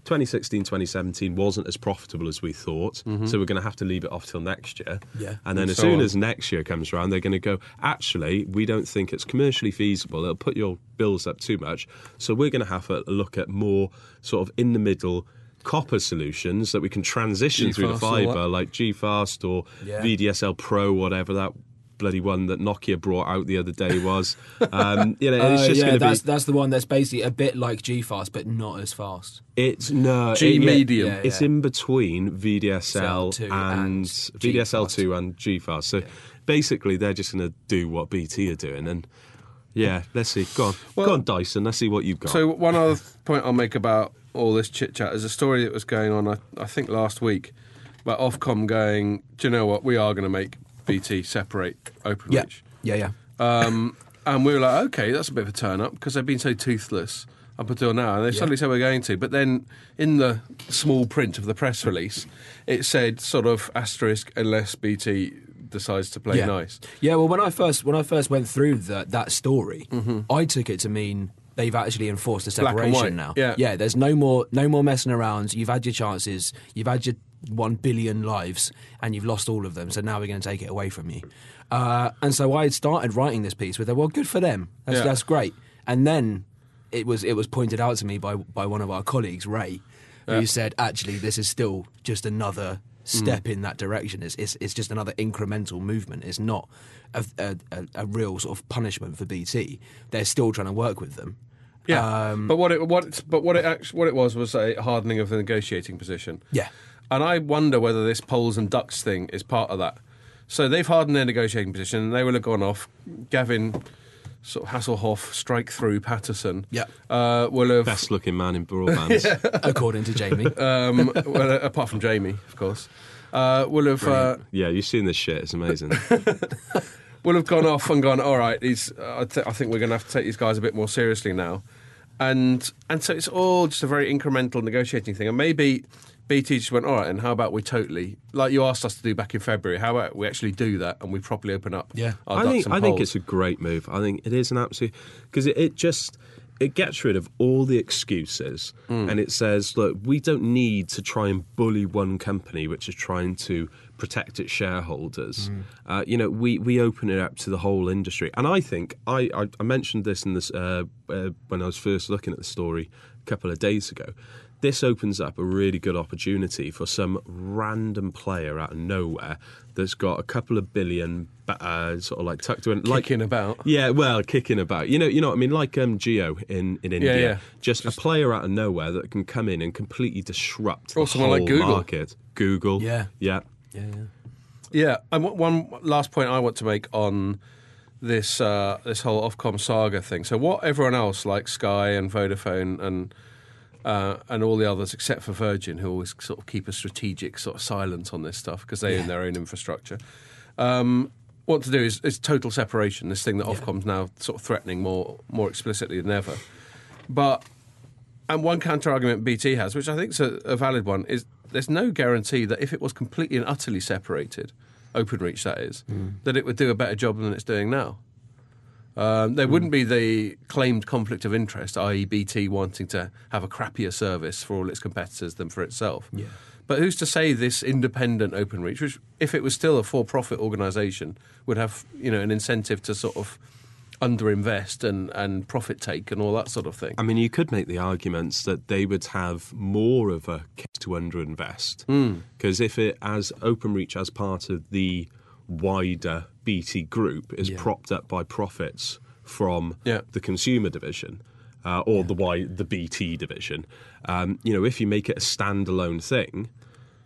Speaker 1: 2016, 2017 wasn't as profitable as we thought, so we're going to have to leave it off till next year.
Speaker 2: Mm-hmm. Yeah.
Speaker 1: And then
Speaker 3: And
Speaker 1: as
Speaker 3: so
Speaker 1: soon
Speaker 3: on.
Speaker 1: as next year comes around, they're going to go, actually, we don't think it's commercially feasible. It'll put your bills up too much. So we're going to have a look at more sort of in the middle copper solutions that we can transition through the
Speaker 3: G-Fast or what?
Speaker 1: fiber, like GFast or
Speaker 2: Yeah.
Speaker 1: VDSL Pro, whatever that bloody one that Nokia brought out the other day was. Um, you know, it's
Speaker 2: Uh,
Speaker 1: just
Speaker 2: yeah,
Speaker 1: going to
Speaker 2: that's
Speaker 1: be.
Speaker 2: that's the one that's basically a bit like GFast, but not as fast.
Speaker 1: It's no
Speaker 3: G
Speaker 1: it-
Speaker 3: medium.
Speaker 2: yeah.
Speaker 1: It's in between VDSL
Speaker 2: VDSL2
Speaker 1: and
Speaker 2: and
Speaker 1: VDSL two and GFast. So basically, they're just going to do what BT are doing, and yeah, let's see. Go on, go
Speaker 3: Well-
Speaker 1: on, Dyson. Let's see what you've got.
Speaker 3: So one other point I'll make about all this chit chat is a story that was going on, I, I think last week, about Ofcom going. Do you know what? We are going to make BT separate OpenReach.
Speaker 2: Yeah, yeah, yeah.
Speaker 3: Um, and we were like, okay, that's a bit of a turn up because they've been so toothless up until now. And they suddenly said we're going to. But then in the small print of the press release, it said sort of asterisk unless BT decides to play
Speaker 2: yeah.
Speaker 3: nice.
Speaker 2: Yeah, well, when I first when I first went through that that story, I took it to mean they've actually enforced a
Speaker 3: Mm-hmm. Black and
Speaker 2: separation
Speaker 3: white,
Speaker 2: now.
Speaker 3: yeah.
Speaker 2: yeah. Uh, There's no more no more messing around. You've had your chances. You've had your one billion lives, and you've lost all of them. So now we're going to take it away from you. Uh, and so I had started writing this piece with, well, good for them. That's,
Speaker 3: Yeah.
Speaker 2: that's great. And then it was it was pointed out to me by by one of our colleagues, Ray, who said, actually, this is still just another step in that direction. It's, it's it's just another incremental movement. It's not a, a, a, a real sort of punishment for BT. They're still trying to work with them.
Speaker 3: Yeah,
Speaker 2: Um,
Speaker 3: but what it what it's, but what it actually, what it was was a hardening of the negotiating position.
Speaker 2: Yeah.
Speaker 3: and I wonder whether this polls and ducks thing is part of that. So they've hardened their negotiating position, and they will have gone off. Gavin, sort of Hasselhoff, strike through Patterson.
Speaker 2: Yeah.
Speaker 3: uh, will have
Speaker 1: Best looking man in broadband.
Speaker 2: according to Jamie.
Speaker 3: um, well, apart from Jamie, of course. Uh, will have uh,
Speaker 1: Yeah, you've seen this shit. It's amazing.
Speaker 3: will have gone off and gone. All right, these. I, th- I think we're going to have to take these guys a bit more seriously now, and and so it's all just a very incremental negotiating thing. And maybe BT just went, all right, and how about we totally like you asked us to do back in February? How about we actually do that and we properly open up?
Speaker 2: Yeah.
Speaker 3: our
Speaker 1: I
Speaker 3: ducks
Speaker 1: think
Speaker 3: and
Speaker 1: I think
Speaker 3: poles?
Speaker 1: it's a great move. I think it is an absolute because it, it just it gets rid of all the excuses and it says, look, we don't need to try and bully one company which is trying to protect its shareholders. Uh, you know, we we open it up to the whole industry, and I think I I, I mentioned this in this uh, uh, when I was first looking at the story a couple of days ago. This opens up a really good opportunity for some random player out of nowhere that's got a couple of billion, uh, sort of like tucked in, like
Speaker 3: Kicking about.
Speaker 1: Yeah, well, kicking about. You know, you know what I mean. Like um, Geo in in India,
Speaker 3: yeah.
Speaker 1: Just, a player out of nowhere that can come in and completely disrupt
Speaker 3: Or
Speaker 1: the whole
Speaker 3: Oh, someone like Google.
Speaker 1: market. Google,
Speaker 2: Yeah.
Speaker 1: yeah,
Speaker 2: yeah, yeah.
Speaker 3: Yeah, and one- one last point I want to make on this uh, this whole Ofcom saga thing. So what everyone else like Sky and Vodafone and uh, and all the others except for Virgin, who always sort of keep a strategic sort of silence on this stuff because they own their own infrastructure. Um, what to do is, is total separation. This thing that Ofcom's now sort of threatening more more explicitly than ever. But and one counter argument BT has, which I think is a, a valid one, is there's no guarantee that if it was completely and utterly separated, OpenReach that is, that it would do a better job than it's doing now. Um, there wouldn't be the claimed conflict of interest, i.e., BT wanting to have a crappier service for all its competitors than for itself. Yeah. But who's to say this independent OpenReach, which, if it was still a for-profit organisation, would have you know an incentive to sort of underinvest and and profit take and all that sort of thing?
Speaker 1: I mean, you could make the arguments that they would have more of a case to underinvest
Speaker 2: Hmm.
Speaker 1: because if it as OpenReach as part of the wider BT group is propped up by profits from
Speaker 3: Yeah.
Speaker 1: the consumer division uh, or the y, the BT division, um, you know, if you make it a standalone thing.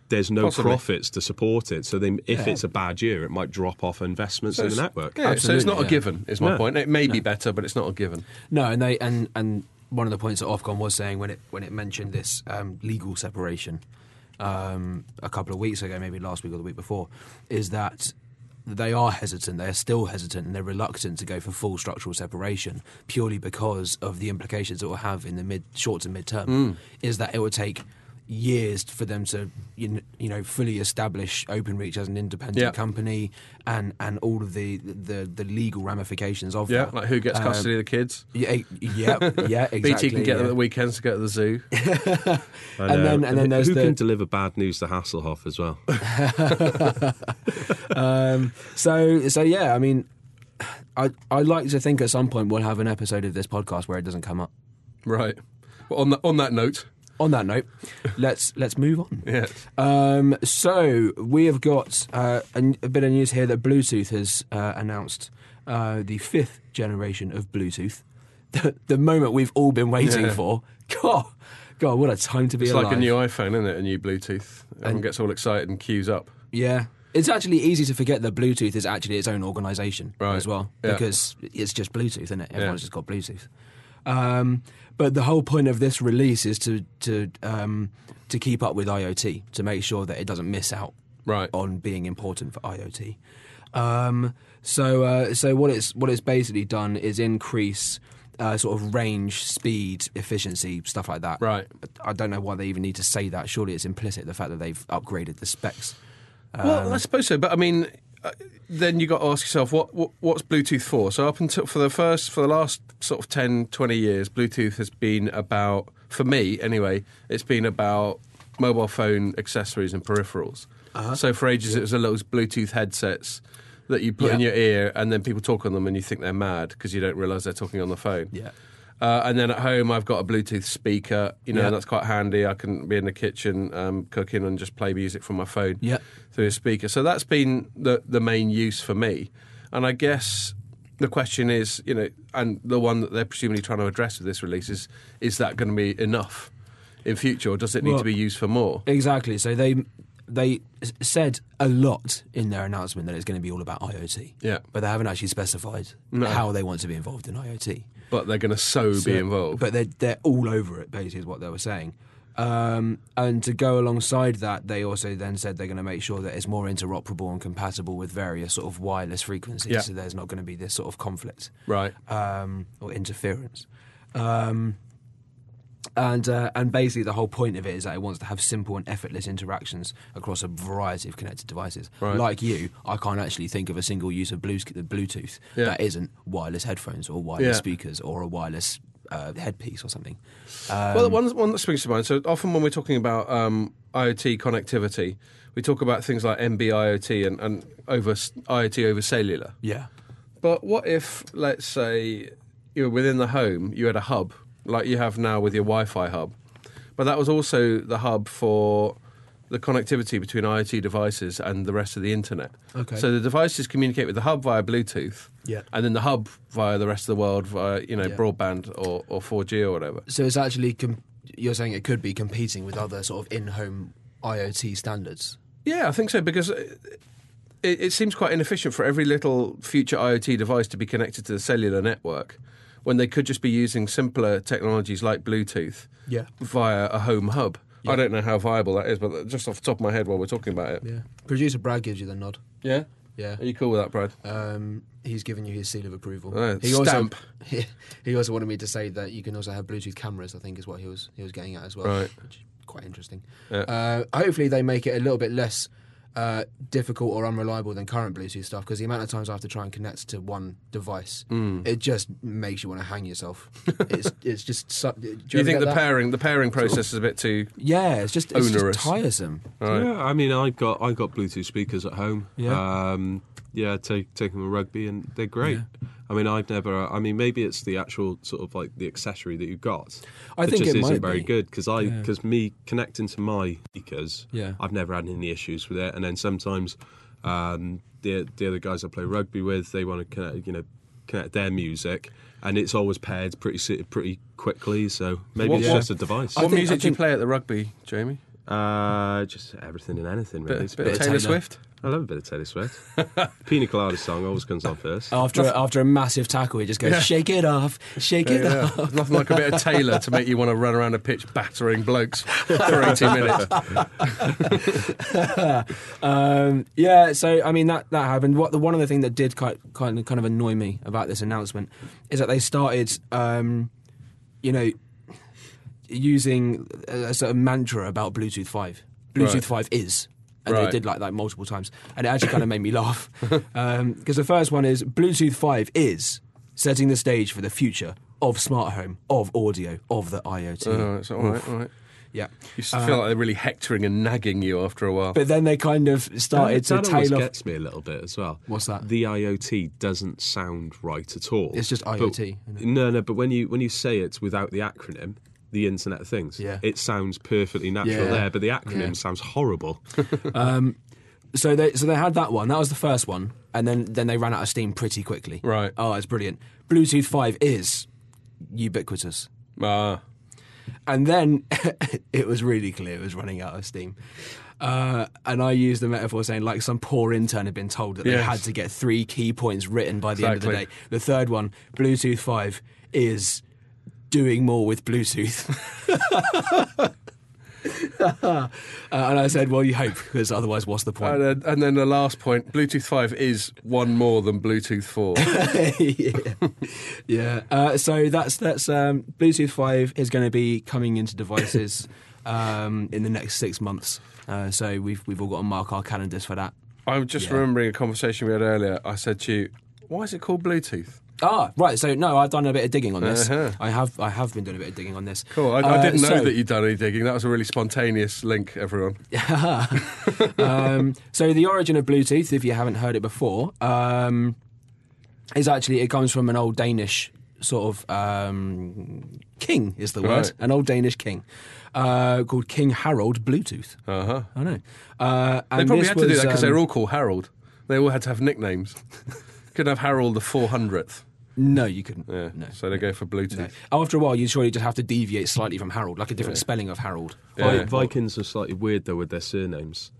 Speaker 1: There's no
Speaker 3: Possibly.
Speaker 1: profits to support it, so they, if it's a bad year, it might drop off investments in the
Speaker 3: it's-
Speaker 1: network.
Speaker 3: Yeah, so it's
Speaker 2: Absolutely,
Speaker 3: not a
Speaker 2: yeah.
Speaker 3: given, is my
Speaker 1: No.
Speaker 3: point. It may be better, but it's not a given.
Speaker 2: No, and they and and one of the points that Ofcom was saying when it when it mentioned this um, legal separation um, a couple of weeks ago, maybe last week or the week before, is that they are hesitant. They are still hesitant, and they're reluctant to go for full structural separation
Speaker 3: Mm.
Speaker 2: purely because of the implications it will have in the mid short to mid term. Is that it will take years for them to you kn- you know fully establish OpenReach as an independent
Speaker 3: Yeah.
Speaker 2: company and and all of the the, the legal ramifications of
Speaker 3: Yeah,
Speaker 2: that.
Speaker 3: like who gets
Speaker 2: Um,
Speaker 3: custody of the kids?
Speaker 2: yeah, eh, yeah, yeah, exactly.
Speaker 3: BT can get
Speaker 2: yeah.
Speaker 3: them at the weekends to go to the zoo.
Speaker 1: I
Speaker 2: And
Speaker 1: know.
Speaker 2: then- and then there's
Speaker 1: uh, who
Speaker 2: the-
Speaker 1: can deliver bad news to Hasselhoff as well.
Speaker 2: um, so so yeah, I mean, I I like to think at some point we'll have an episode of this podcast where it doesn't come up.
Speaker 3: right. Well, on, that on that note,
Speaker 2: On that note, let's let's move on.
Speaker 3: yeah.
Speaker 2: Um, so we have got uh, a, n- a bit of news here that Bluetooth has uh, announced uh, the fifth generation of Bluetooth. The, the moment we've all been waiting
Speaker 3: Yeah.
Speaker 2: for. God, God, what a time to be
Speaker 3: It's
Speaker 2: alive.
Speaker 3: like a new iPhone, isn't it? A new Bluetooth. Everyone gets all excited and queues up.
Speaker 2: Yeah. It's actually easy to forget that Bluetooth is actually its own organization
Speaker 3: Right.
Speaker 2: as well
Speaker 3: Yeah.
Speaker 2: because it's just Bluetooth, isn't it? Everyone's just got Bluetooth. Um, but the whole point of this release is to to um, to keep up with IoT to make sure that it doesn't miss out
Speaker 3: Right.
Speaker 2: on being important for IoT. Um, so uh, so what it's what it's basically done is increase uh, sort of range, speed, efficiency, stuff like that.
Speaker 3: Right.
Speaker 2: I don't know why they even need to say that. Surely it's implicit the fact that they've upgraded the specs. Um,
Speaker 3: well, I suppose so. But I mean, uh, then you got to ask yourself, what, what what's Bluetooth for? So up until for the first for the last sort of 10, 20 years, Bluetooth has been about for me anyway. It's been about mobile phone accessories and peripherals.
Speaker 2: Uh-huh.
Speaker 3: So for ages, it was a little Bluetooth headsets that you put in
Speaker 2: Yeah.
Speaker 3: your ear, and then people talk on them, and you think they're mad because you don't realise they're talking on the phone.
Speaker 2: Yeah.
Speaker 3: Uh, and then at home, I've got a Bluetooth speaker. You know,
Speaker 2: Yeah.
Speaker 3: and that's quite handy. I can be in the kitchen um, cooking and just play music from my phone
Speaker 2: Yeah.
Speaker 3: through a speaker. So that's been the the main use for me. And I guess the question is, you know, and the one that they're presumably trying to address with this release is, is that going to be enough in future, or does it need
Speaker 2: Well-
Speaker 3: to be used for more?
Speaker 2: Exactly. So they they s- said a lot in their announcement that it's going to be all about IoT.
Speaker 3: Yeah.
Speaker 2: But they haven't actually specified how they want to be involved in IoT.
Speaker 3: But they're going to so, be involved.
Speaker 2: But they're they're all over it. Basically, is what they were saying. Um, and to go alongside that, they also then said they're going to make sure that it's more interoperable and compatible with various sort of wireless frequencies.
Speaker 3: Yeah.
Speaker 2: So there's not going to be this sort of conflict
Speaker 3: right.
Speaker 2: um, or interference. Um, and uh, and basically, the whole point of it is that it wants to have simple and effortless interactions across a variety of connected devices.
Speaker 3: Right.
Speaker 2: Like you, I can't actually think of a single use of Blues- Bluetooth
Speaker 3: Yeah.
Speaker 2: that isn't wireless headphones or wireless
Speaker 3: Yeah.
Speaker 2: speakers or a wireless uh, headpiece or something. um,
Speaker 3: well, one, one that springs to mind. So often when we're talking about um, IoT connectivity, we talk about things like MBIoT and, and over IoT over cellular.
Speaker 2: Yeah,
Speaker 3: But what if, let's say, you were within the home, you had a hub like you have now with your Wi-Fi hub, but that was also the hub for the connectivity between IoT devices and the rest of the internet.
Speaker 2: Okay.
Speaker 3: So the devices communicate with the hub via Bluetooth,
Speaker 2: Yeah.
Speaker 3: and then the hub via the rest of the world via you know
Speaker 2: Yeah.
Speaker 3: broadband or, or 4G or whatever.
Speaker 2: so it's actually com- you're saying it could be competing with other sort of in-home IoT standards.
Speaker 3: Yeah, I think so because uh, it, it seems quite inefficient for every little future IoT device to be connected to the cellular network when they could just be using simpler technologies like Bluetooth
Speaker 2: Yeah.
Speaker 3: via a home hub. I don't know how viable that is, but just off the top of my head while we're talking about it.
Speaker 2: Yeah, producer Brad gives you the nod.
Speaker 3: Yeah?
Speaker 2: Yeah.
Speaker 3: Are you cool with that, Brad?
Speaker 2: Um, he's given you his seal of approval.
Speaker 3: Oh,
Speaker 2: he
Speaker 3: stamp.
Speaker 2: also he, he also wanted me to say that you can also have Bluetooth cameras. I think is what he was he was getting at as well.
Speaker 3: Right.
Speaker 2: Which is quite interesting.
Speaker 3: Yeah.
Speaker 2: Uh, hopefully they make it a little bit less uh, difficult or unreliable than current Bluetooth stuff because the amount of times I have to try and connect to one device,
Speaker 3: Mm.
Speaker 2: it just makes you want to hang yourself. it's it's just. Su- do you,
Speaker 3: Do you
Speaker 2: ever
Speaker 3: think
Speaker 2: get
Speaker 3: the
Speaker 2: that?
Speaker 3: pairing the pairing process is a bit too
Speaker 2: Yeah, it's just it's just
Speaker 3: Onerous.
Speaker 2: tiresome.
Speaker 1: Yeah, I mean, I got I got Bluetooth speakers at home.
Speaker 2: Yeah.
Speaker 1: um, yeah. Take take them to rugby, and they're great. I mean, I've never. I mean, maybe it's the actual sort of like the accessory that you've got.
Speaker 2: I
Speaker 1: that
Speaker 2: think
Speaker 1: just
Speaker 2: it
Speaker 1: isn't
Speaker 2: might
Speaker 1: very
Speaker 2: be.
Speaker 1: good because I because me connecting to my speakers.
Speaker 2: Yeah.
Speaker 1: I've never had any issues with it, and then sometimes um, the the other guys I play rugby with, they want to connect. You know, connect their music. And it's always paired pretty si- pretty quickly, so maybe
Speaker 3: What-
Speaker 1: it's
Speaker 3: what-
Speaker 1: just a device.
Speaker 3: What
Speaker 2: think-
Speaker 3: music
Speaker 2: I
Speaker 3: do you
Speaker 2: think-
Speaker 3: play at the rugby, Jamie?
Speaker 1: Uh, just everything and anything,
Speaker 3: Bit,
Speaker 1: really. It's a
Speaker 3: bit
Speaker 1: bit
Speaker 3: of
Speaker 1: of
Speaker 3: Taylor,
Speaker 2: Taylor.
Speaker 3: Swift?
Speaker 1: I love a bit of Taylor Swift. Pina Colada song always comes on first.
Speaker 2: After a, after a massive tackle, he just goes, "Shake it off, shake it
Speaker 3: Yeah.
Speaker 2: off."
Speaker 3: There's Nothing like a bit of Taylor to make you want to run around a pitch battering blokes for 80 minutes.
Speaker 2: Um, yeah, so I mean that that happened. What the one other thing that did kind kind of, kind of annoy me about this announcement is that they started, um, you know, using a, a sort of mantra about Bluetooth 5. Bluetooth
Speaker 3: Right.
Speaker 2: 5 is. And they
Speaker 3: Right.
Speaker 2: did like that multiple times. And it actually kind of made me laugh. Because the first one is Bluetooth 5 is setting the stage for the future of smart home, of audio, of the IoT.
Speaker 3: Oh, it's all right, all right.
Speaker 2: Yeah.
Speaker 3: You s- feel like they're really hectoring and nagging you after a while.
Speaker 2: But then they kind of started
Speaker 1: that
Speaker 2: to
Speaker 1: always
Speaker 2: tail off.
Speaker 1: gets me a little bit as well.
Speaker 2: What's that?
Speaker 1: The IoT doesn't sound right at all.
Speaker 2: It's just
Speaker 1: But-
Speaker 2: IoT, isn't it?
Speaker 1: no, no. But when you when you say it without the acronym, the Internet of Things,
Speaker 2: Yeah.
Speaker 1: it sounds perfectly natural
Speaker 2: Yeah.
Speaker 1: there. But the acronym
Speaker 2: Yeah.
Speaker 1: sounds horrible.
Speaker 2: so they so they had that one. That was the first one, and then then they ran out of steam pretty quickly.
Speaker 3: Right.
Speaker 2: Oh, it's brilliant. Bluetooth five is ubiquitous,
Speaker 3: Ah,
Speaker 2: and then it was really clear it was running out of steam. Uh, and I used the metaphor saying like some poor intern had been told that they
Speaker 3: Yes.
Speaker 2: had to get three key points written by the end of
Speaker 3: Exactly.
Speaker 2: the day. The third one, Bluetooth five, is doing more with Bluetooth. Uh, and I said, well, you hope, because otherwise, what's the point?
Speaker 3: and, then- and then the last point: Bluetooth five is one more than Bluetooth four.
Speaker 2: yeah, yeah. Uh, so that's that's um, Bluetooth five is going to be coming into devices um, in the next six months. Uh, so we've we've all got to mark our calendars for that.
Speaker 3: I'm just
Speaker 2: Yeah.
Speaker 3: remembering a conversation we had earlier. I said to you, "Why is it called Bluetooth?"
Speaker 2: Ah, right. So no, I've done a bit of digging on this.
Speaker 3: Uh-huh.
Speaker 2: I have I have been doing a bit of digging on this.
Speaker 3: Cool. I,
Speaker 2: Uh,
Speaker 3: I didn't know
Speaker 2: so-
Speaker 3: that you'd done any digging. That was a really spontaneous link, everyone.
Speaker 2: um, so the origin of Bluetooth, if you haven't heard it before, um, is actually it comes from an old Danish sort of um, king is the word,
Speaker 3: Right.
Speaker 2: an old Danish king uh, called King Harold Bluetooth.
Speaker 3: Uh huh.
Speaker 2: I know. Uh, and
Speaker 3: They probably
Speaker 2: this
Speaker 3: had to do
Speaker 2: was,
Speaker 3: that because they
Speaker 2: um,
Speaker 3: were all called Harold. They all had to have nicknames. Couldn't have Harold the 400th.
Speaker 2: No, you couldn't.
Speaker 3: Yeah.
Speaker 2: No.
Speaker 3: So they go for Bluetooth.
Speaker 2: no. After a while, you surely just have to deviate slightly from Harold, like a different spelling of Harold.
Speaker 1: Vi-
Speaker 3: Yeah.
Speaker 1: Vikings are slightly weird though with their surnames.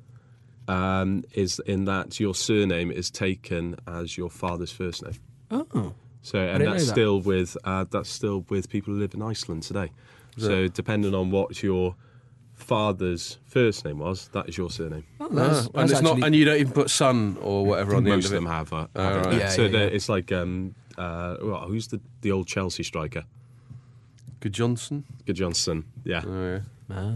Speaker 1: Um, is in that your surname is taken as your father's first name.
Speaker 2: Oh.
Speaker 3: Uh-huh.
Speaker 1: So
Speaker 2: didn't
Speaker 1: and that's
Speaker 2: know that.
Speaker 1: still with uh, that's still with people who live in Iceland today. So depending on what your father's first name was, that is your surname.
Speaker 2: Oh,
Speaker 3: Ah,
Speaker 2: that's,
Speaker 3: and
Speaker 2: that's
Speaker 3: it's
Speaker 2: actually-
Speaker 3: not, and you don't even put son or whatever on the
Speaker 1: Most
Speaker 3: end
Speaker 1: of
Speaker 3: of it.
Speaker 1: them have, uh,
Speaker 3: Oh,
Speaker 1: have it.
Speaker 3: right.
Speaker 2: Yeah,
Speaker 1: So
Speaker 2: yeah,
Speaker 1: they're
Speaker 2: yeah.
Speaker 1: it's like um, uh, well, who's the the old Chelsea striker?
Speaker 3: Good Johnson.
Speaker 1: Good Johnson. Yeah.
Speaker 3: Oh, yeah.
Speaker 2: Ah.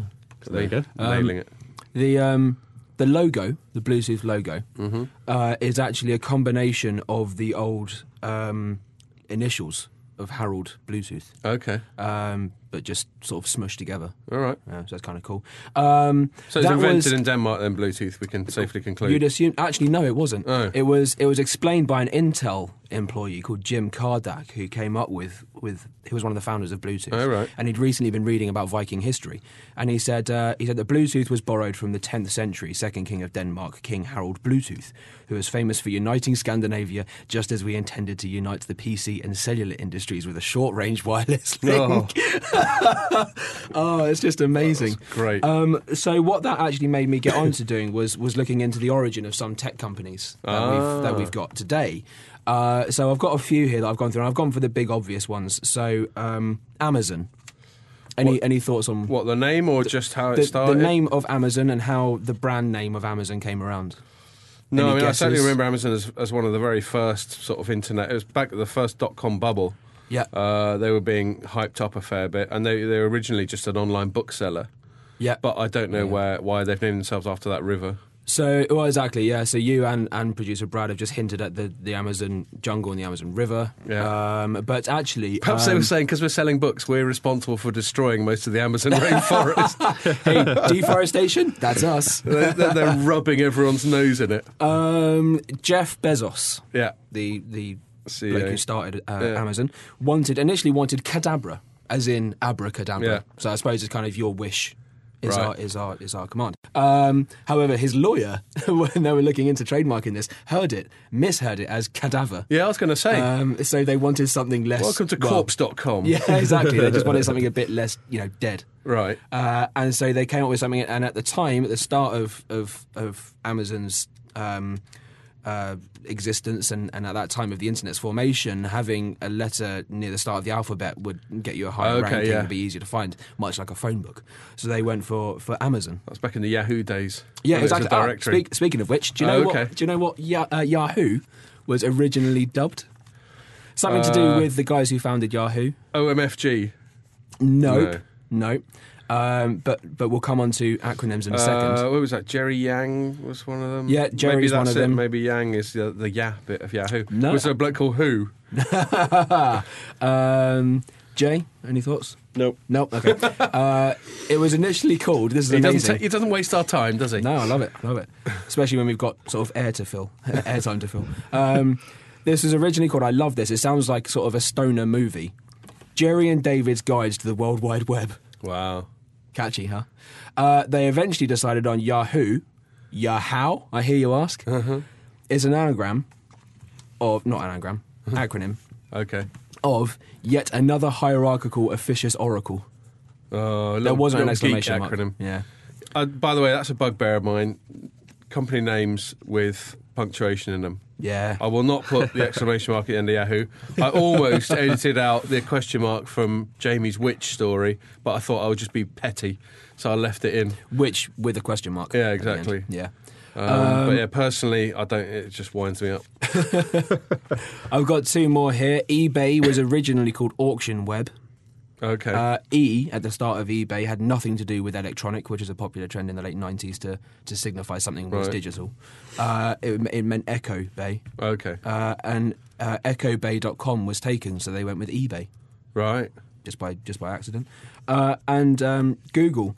Speaker 1: there you go.
Speaker 3: Nailing it.
Speaker 2: The um, the logo, the Bluetooth logo,
Speaker 3: Mm-hmm.
Speaker 2: uh, is actually a combination of the old um, initials of Harold Bluetooth,
Speaker 3: Okay.
Speaker 2: um, but just sort of smushed together.
Speaker 3: All right.
Speaker 2: Yeah, so that's kind of cool. Um,
Speaker 3: So it's
Speaker 2: that was-
Speaker 3: invented in Denmark, then Bluetooth. We can safely conclude.
Speaker 2: You'd assume. Actually, no, it wasn't.
Speaker 3: Oh.
Speaker 2: It was. It was explained by an Intel employee called Jim Kardak, who came up with with. He was one of the founders of Bluetooth.
Speaker 3: Oh, right.
Speaker 2: And he'd recently been reading about Viking history, and he said uh, he said that Bluetooth was borrowed from the 10th century second king of Denmark, King Harold Bluetooth, who was famous for uniting Scandinavia, just as we intended to unite the PC and cellular industries with a short range wireless
Speaker 3: Oh.
Speaker 2: link. Oh, it's just amazing.
Speaker 3: great.
Speaker 2: Um, so what that actually made me get onto doing was was looking into the origin of some tech companies that, we've,
Speaker 3: Ah.
Speaker 2: that we've got today. Uh, so I've got a few here that I've gone through, and I've gone for the big obvious ones. So um, Amazon. Any any thoughts on
Speaker 3: What, the name or just how it
Speaker 2: the, the
Speaker 3: started?
Speaker 2: name of Amazon and how the brand name of Amazon came around?
Speaker 3: No,
Speaker 2: Any
Speaker 3: I mean, I certainly
Speaker 2: guesses?
Speaker 3: remember Amazon as, as one of the very first sort of internet. It was back at the first dot com bubble.
Speaker 2: Yeah,
Speaker 3: Uh, they were being hyped up a fair bit, and they, they were originally just an online bookseller.
Speaker 2: yeah.
Speaker 3: But I don't know where why they've named themselves after that river.
Speaker 2: So, well, exactly, yeah. So you and, and producer Brad have just hinted at the, the Amazon jungle and the Amazon River.
Speaker 3: Yeah.
Speaker 2: Um, but actually,
Speaker 3: Perhaps
Speaker 2: um,
Speaker 3: they were saying because we're selling books, we're responsible for destroying most of the Amazon rainforest.
Speaker 2: hey, deforestation, that's us.
Speaker 3: they're, they're, they're rubbing everyone's nose in it.
Speaker 2: Um, Jeff Bezos,
Speaker 3: Yeah,
Speaker 2: the the
Speaker 3: CEO.
Speaker 2: bloke who started uh,
Speaker 3: Yeah.
Speaker 2: Amazon, wanted initially wanted cadabra, as in abracadabra.
Speaker 3: Yeah.
Speaker 2: So I suppose it's kind of your wish. Is,
Speaker 3: Right.
Speaker 2: our, is our is our command. Um, however, his lawyer, when they were looking into trademarking this, heard it, misheard it as cadaver.
Speaker 3: yeah. I was going to say,
Speaker 2: Um, so they wanted something less.
Speaker 3: welcome to
Speaker 2: well,
Speaker 3: corpse.com.
Speaker 2: Yeah, exactly. they just wanted something a bit less, you know, dead.
Speaker 3: Right.
Speaker 2: Uh, and so they came up with something, and at the time, at the start of of, of Amazon's um, uh, existence, and, and at that time of the internet's formation, having a letter near the start of the alphabet would get you a higher
Speaker 3: Okay,
Speaker 2: ranking,
Speaker 3: yeah.
Speaker 2: and be easier to find, much like a phone book. So they went for for Amazon.
Speaker 3: That's back in the Yahoo days.
Speaker 2: Yeah,
Speaker 3: when it was a
Speaker 2: exactly. Ah,
Speaker 3: directory.
Speaker 2: speak, speaking of which, do you know
Speaker 3: Oh,
Speaker 2: what?
Speaker 3: okay.
Speaker 2: Do you know what Ya- uh, Yahoo was originally dubbed? Something to do
Speaker 3: Uh,
Speaker 2: with the guys who founded Yahoo.
Speaker 3: OMFG.
Speaker 2: Nope.
Speaker 3: No.
Speaker 2: No. Um, but but we'll come on to acronyms in a
Speaker 3: Uh,
Speaker 2: second.
Speaker 3: what was that? Jerry Yang was one of them.
Speaker 2: Yeah, Jerry's
Speaker 3: Maybe that's
Speaker 2: one of
Speaker 3: it.
Speaker 2: them.
Speaker 3: Maybe Yang is the, the yeah bit of Yahoo.
Speaker 2: No.
Speaker 3: Was there a bloke called Who?
Speaker 2: um, Jay, any thoughts?
Speaker 1: Nope.
Speaker 2: No. Okay. uh, it was initially called. This is
Speaker 3: He doesn't,
Speaker 2: amazing.
Speaker 3: ta- he doesn't waste our time, does he?
Speaker 2: No, I love it. I love it. Especially when we've got sort of air to fill, airtime to fill. Um, this is originally called I Love This. It sounds like sort of a stoner movie. Jerry and David's Guides to the World Wide Web.
Speaker 3: Wow.
Speaker 2: Catchy, huh? Uh, they eventually decided on Yahoo. Yahoo, I hear you ask.
Speaker 3: Uh-huh.
Speaker 2: It's an anagram of, not anagram,
Speaker 3: Uh-huh.
Speaker 2: acronym
Speaker 3: Okay.
Speaker 2: of yet another hierarchical officious oracle.
Speaker 3: Oh,
Speaker 2: There
Speaker 3: little-
Speaker 2: wasn't an
Speaker 3: little geek
Speaker 2: exclamation mark.
Speaker 3: acronym.
Speaker 2: Yeah.
Speaker 3: Uh, by the way, that's a bugbear of mine. Company names with punctuation in them.
Speaker 2: Yeah.
Speaker 3: I will not put the exclamation mark at the end of Yahoo. I almost edited out the question mark from Jamie's witch story, but I thought I would just be petty, so I left it in.
Speaker 2: Which with a question mark.
Speaker 3: Yeah,
Speaker 2: at the end.
Speaker 3: exactly.
Speaker 2: Yeah.
Speaker 3: Um, but yeah, personally, I don't. It just winds me up.
Speaker 2: I've got two more here. eBay was originally called Auction Web.
Speaker 3: Okay.
Speaker 2: Uh, e at the start of eBay had nothing to do with electronic, which is a popular trend in the late 90s to, to signify something was
Speaker 3: Right.
Speaker 2: digital. Uh, it, it meant Echo Bay.
Speaker 3: okay.
Speaker 2: Uh, and uh, EchoBay.com was taken, so they went with eBay
Speaker 3: right.
Speaker 2: just by just by accident. Uh, and um, Google.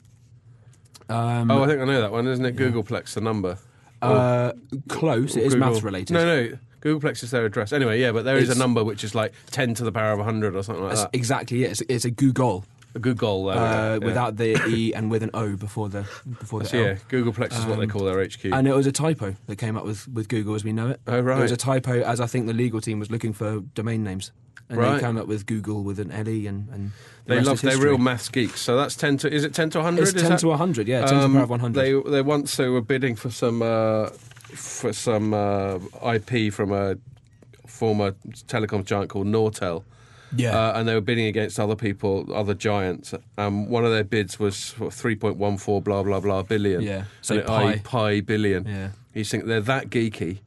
Speaker 2: Um,
Speaker 3: oh, I think I know that one, isn't it? Googleplex, the number.
Speaker 2: uh, close. It is
Speaker 3: Oh. Google-
Speaker 2: maths related.
Speaker 3: No, no. Googleplex is their address. Anyway, yeah, but there is
Speaker 2: It's-
Speaker 3: a number which is like 10 to the power of 100 or something like
Speaker 2: That's
Speaker 3: that.
Speaker 2: exactly it. It's, it's a Google
Speaker 3: Google, though.
Speaker 2: uh,
Speaker 3: Ah. Oh, yeah.
Speaker 2: without the E and with an O before the before the
Speaker 3: So,
Speaker 2: L.
Speaker 3: yeah, Googleplex is what they
Speaker 2: Um,
Speaker 3: call their HQ.
Speaker 2: And it was a typo that came up with, with Google as we know it.
Speaker 3: Oh,
Speaker 2: It was
Speaker 3: right.
Speaker 2: a typo as I think the legal team was looking for domain names. And they
Speaker 3: Right.
Speaker 2: came up with Google with an LE and, and the
Speaker 3: They
Speaker 2: rest
Speaker 3: love
Speaker 2: is
Speaker 3: they're
Speaker 2: history.
Speaker 3: real maths geeks. So that's ten to is it ten to hundred?
Speaker 2: It's 10 to 100, yeah, 10 to the power of 100.
Speaker 3: They they once they were bidding for some uh, for some uh, IP from a former telecom giant called Nortel.
Speaker 2: Yeah.
Speaker 3: Uh, and they were bidding against other people, other giants. Um, one of their bids was three point one four blah blah blah billion.
Speaker 2: Yeah, so
Speaker 3: And it-
Speaker 2: pi.
Speaker 3: I, E, pi billion.
Speaker 2: Yeah.
Speaker 3: You think they're that geeky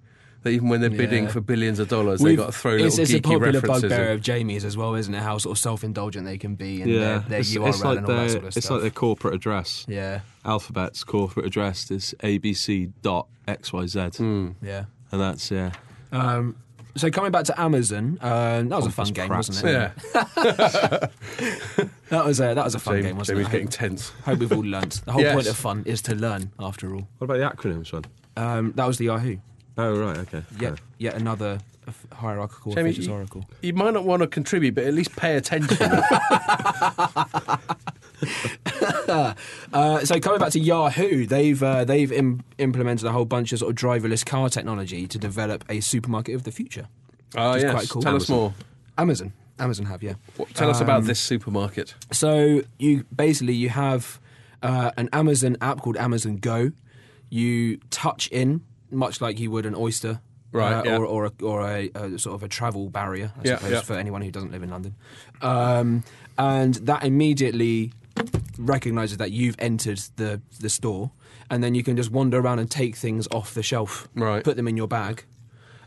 Speaker 3: that even when they're bidding
Speaker 2: Yeah.
Speaker 3: for billions of dollars,
Speaker 2: We've-
Speaker 3: they've got to throw little
Speaker 2: it's, it's
Speaker 3: geeky
Speaker 2: a popular
Speaker 3: references.
Speaker 2: bugbear
Speaker 3: in.
Speaker 2: of Jamie's as well, isn't it? How sort of self-indulgent they can be and their, their
Speaker 1: it's,
Speaker 2: URL
Speaker 1: it's like
Speaker 2: and all
Speaker 1: their,
Speaker 2: that sort of
Speaker 1: it's
Speaker 2: stuff.
Speaker 1: like their corporate address.
Speaker 2: yeah,
Speaker 1: Alphabet's corporate address is abc dot xyz,
Speaker 2: yeah.
Speaker 1: and that's yeah.
Speaker 2: Um, so coming back to Amazon, um, that was a fun game,
Speaker 1: Prats.
Speaker 2: wasn't it?
Speaker 3: Yeah,
Speaker 2: That was a, that was a fun
Speaker 3: Jamie-
Speaker 2: game, wasn't
Speaker 3: Jamie's
Speaker 2: it?
Speaker 3: getting tense.
Speaker 2: I hope we've all learnt. The whole
Speaker 3: Yes.
Speaker 2: point of fun is to learn, after all.
Speaker 1: What about the acronyms one?
Speaker 2: Um, that was the Yahoo.
Speaker 1: Oh right, okay.
Speaker 2: Yet, yet another f- hierarchical
Speaker 3: Jamie,
Speaker 2: officious
Speaker 3: you-
Speaker 2: oracle.
Speaker 3: You might not want to contribute, but at least pay attention.
Speaker 2: Uh, so coming back to Yahoo, they've uh, they've Im- implemented a whole bunch of sort of driverless car technology to develop a supermarket of the future.
Speaker 3: oh,
Speaker 2: Which is
Speaker 3: yes.
Speaker 2: quite cool.
Speaker 3: Tell us more.
Speaker 2: Amazon, Amazon have yeah.
Speaker 3: What, tell us
Speaker 2: Um,
Speaker 3: about this supermarket.
Speaker 2: So you basically you have uh, an Amazon app called Amazon Go. You touch in much like you would an oyster,
Speaker 3: Right,
Speaker 2: uh,
Speaker 3: yeah.
Speaker 2: or or, a, or a, a sort of a travel barrier, I
Speaker 3: Yeah,
Speaker 2: suppose,
Speaker 3: yeah.
Speaker 2: for anyone who doesn't live in London. Um, and that immediately recognises that you've entered the the store, and then you can just wander around and take things off the shelf,
Speaker 3: Right.
Speaker 2: Put them in your bag.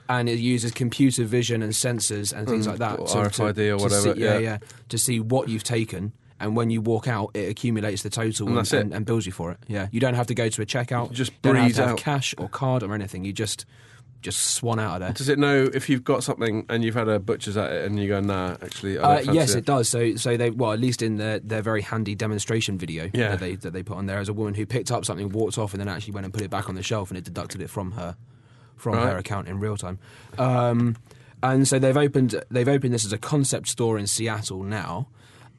Speaker 2: And it uses computer vision and sensors and things like that.
Speaker 3: Mm. or
Speaker 2: to- to-
Speaker 3: RFID or
Speaker 2: to
Speaker 3: whatever,
Speaker 2: see- yeah,
Speaker 3: yeah.
Speaker 2: yeah yeah, to see what you've taken. And when you walk out, it accumulates the total and,
Speaker 3: that's it.
Speaker 2: and, and bills you for it. Yeah, you don't have to go to a checkout.
Speaker 3: You just
Speaker 2: don't have
Speaker 3: breeze
Speaker 2: to have
Speaker 3: out.
Speaker 2: cash or card or anything. You just just swan out of there.
Speaker 3: Does it know if you've got something and you've had a butcher's at it and you go, nah, actually, I don't
Speaker 2: Uh,
Speaker 3: fancy
Speaker 2: yes,
Speaker 3: it.
Speaker 2: it does. So, so they well, at least in their, their very handy demonstration video
Speaker 3: Yeah.
Speaker 2: that they that they put on there, as a woman who picked up something, walked off, and then actually went and put it back on the shelf, and it deducted it from her from
Speaker 3: Right.
Speaker 2: her account in real time. Um, and so they've opened they've opened this as a concept store in Seattle now,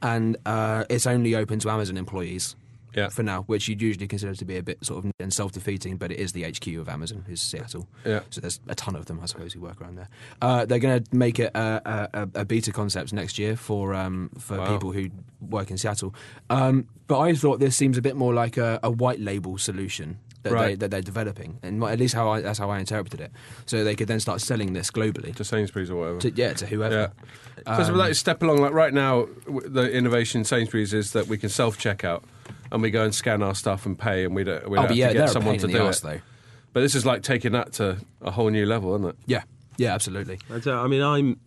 Speaker 2: and uh, it's only open to Amazon employees.
Speaker 3: Yeah.
Speaker 2: For now, which you'd usually consider to be a bit sort of and self-defeating, but it is the HQ of Amazon, is Seattle.
Speaker 3: Yeah.
Speaker 2: So there's a ton of them, I suppose, who work around there. Uh, they're going to make it a, a, a- a beta concept next year for um, for
Speaker 3: Wow.
Speaker 2: people who work in Seattle. Um, but I thought this seems a bit more like a, a white label solution that, they,
Speaker 3: Right.
Speaker 2: that they're developing, and at least how I, that's how I interpreted it. So they could then start selling this globally.
Speaker 3: To Sainsbury's or whatever.
Speaker 2: To, Um, yeah, to
Speaker 3: yeah.
Speaker 2: whoever.
Speaker 3: So it's like a step along. Like right now, w- the innovation in Sainsbury's is that we can self checkout and we go and scan our stuff and pay, and we don't, we
Speaker 2: Oh, but
Speaker 3: don't have
Speaker 2: yeah,
Speaker 3: to
Speaker 2: they're
Speaker 3: get
Speaker 2: a
Speaker 3: someone
Speaker 2: pain
Speaker 3: to
Speaker 2: in the
Speaker 3: do
Speaker 2: arse,
Speaker 3: it.
Speaker 2: though.
Speaker 3: But this is like taking that to a whole new level, isn't it?
Speaker 2: Yeah, yeah, absolutely.
Speaker 1: I, don't- I mean, I'm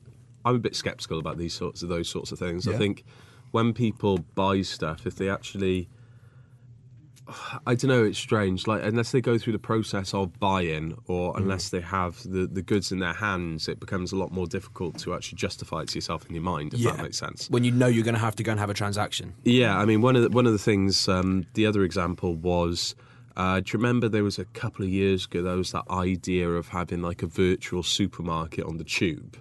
Speaker 1: I'm a bit sceptical about these sorts of those sorts of things.
Speaker 2: Yeah.
Speaker 1: I think when people buy stuff, if they actually, I don't know, it's strange. Like unless they go through the process of buying, or unless they have the the goods in their hands, it becomes a lot more difficult to actually justify it to yourself in your mind. If that makes sense.
Speaker 5: When you know you're going to have to go and have a transaction.
Speaker 1: Yeah, I mean, one of the, one of the things, um, the other example was, uh, do you remember there was a couple of years ago there was that idea of having like a virtual supermarket on the tube,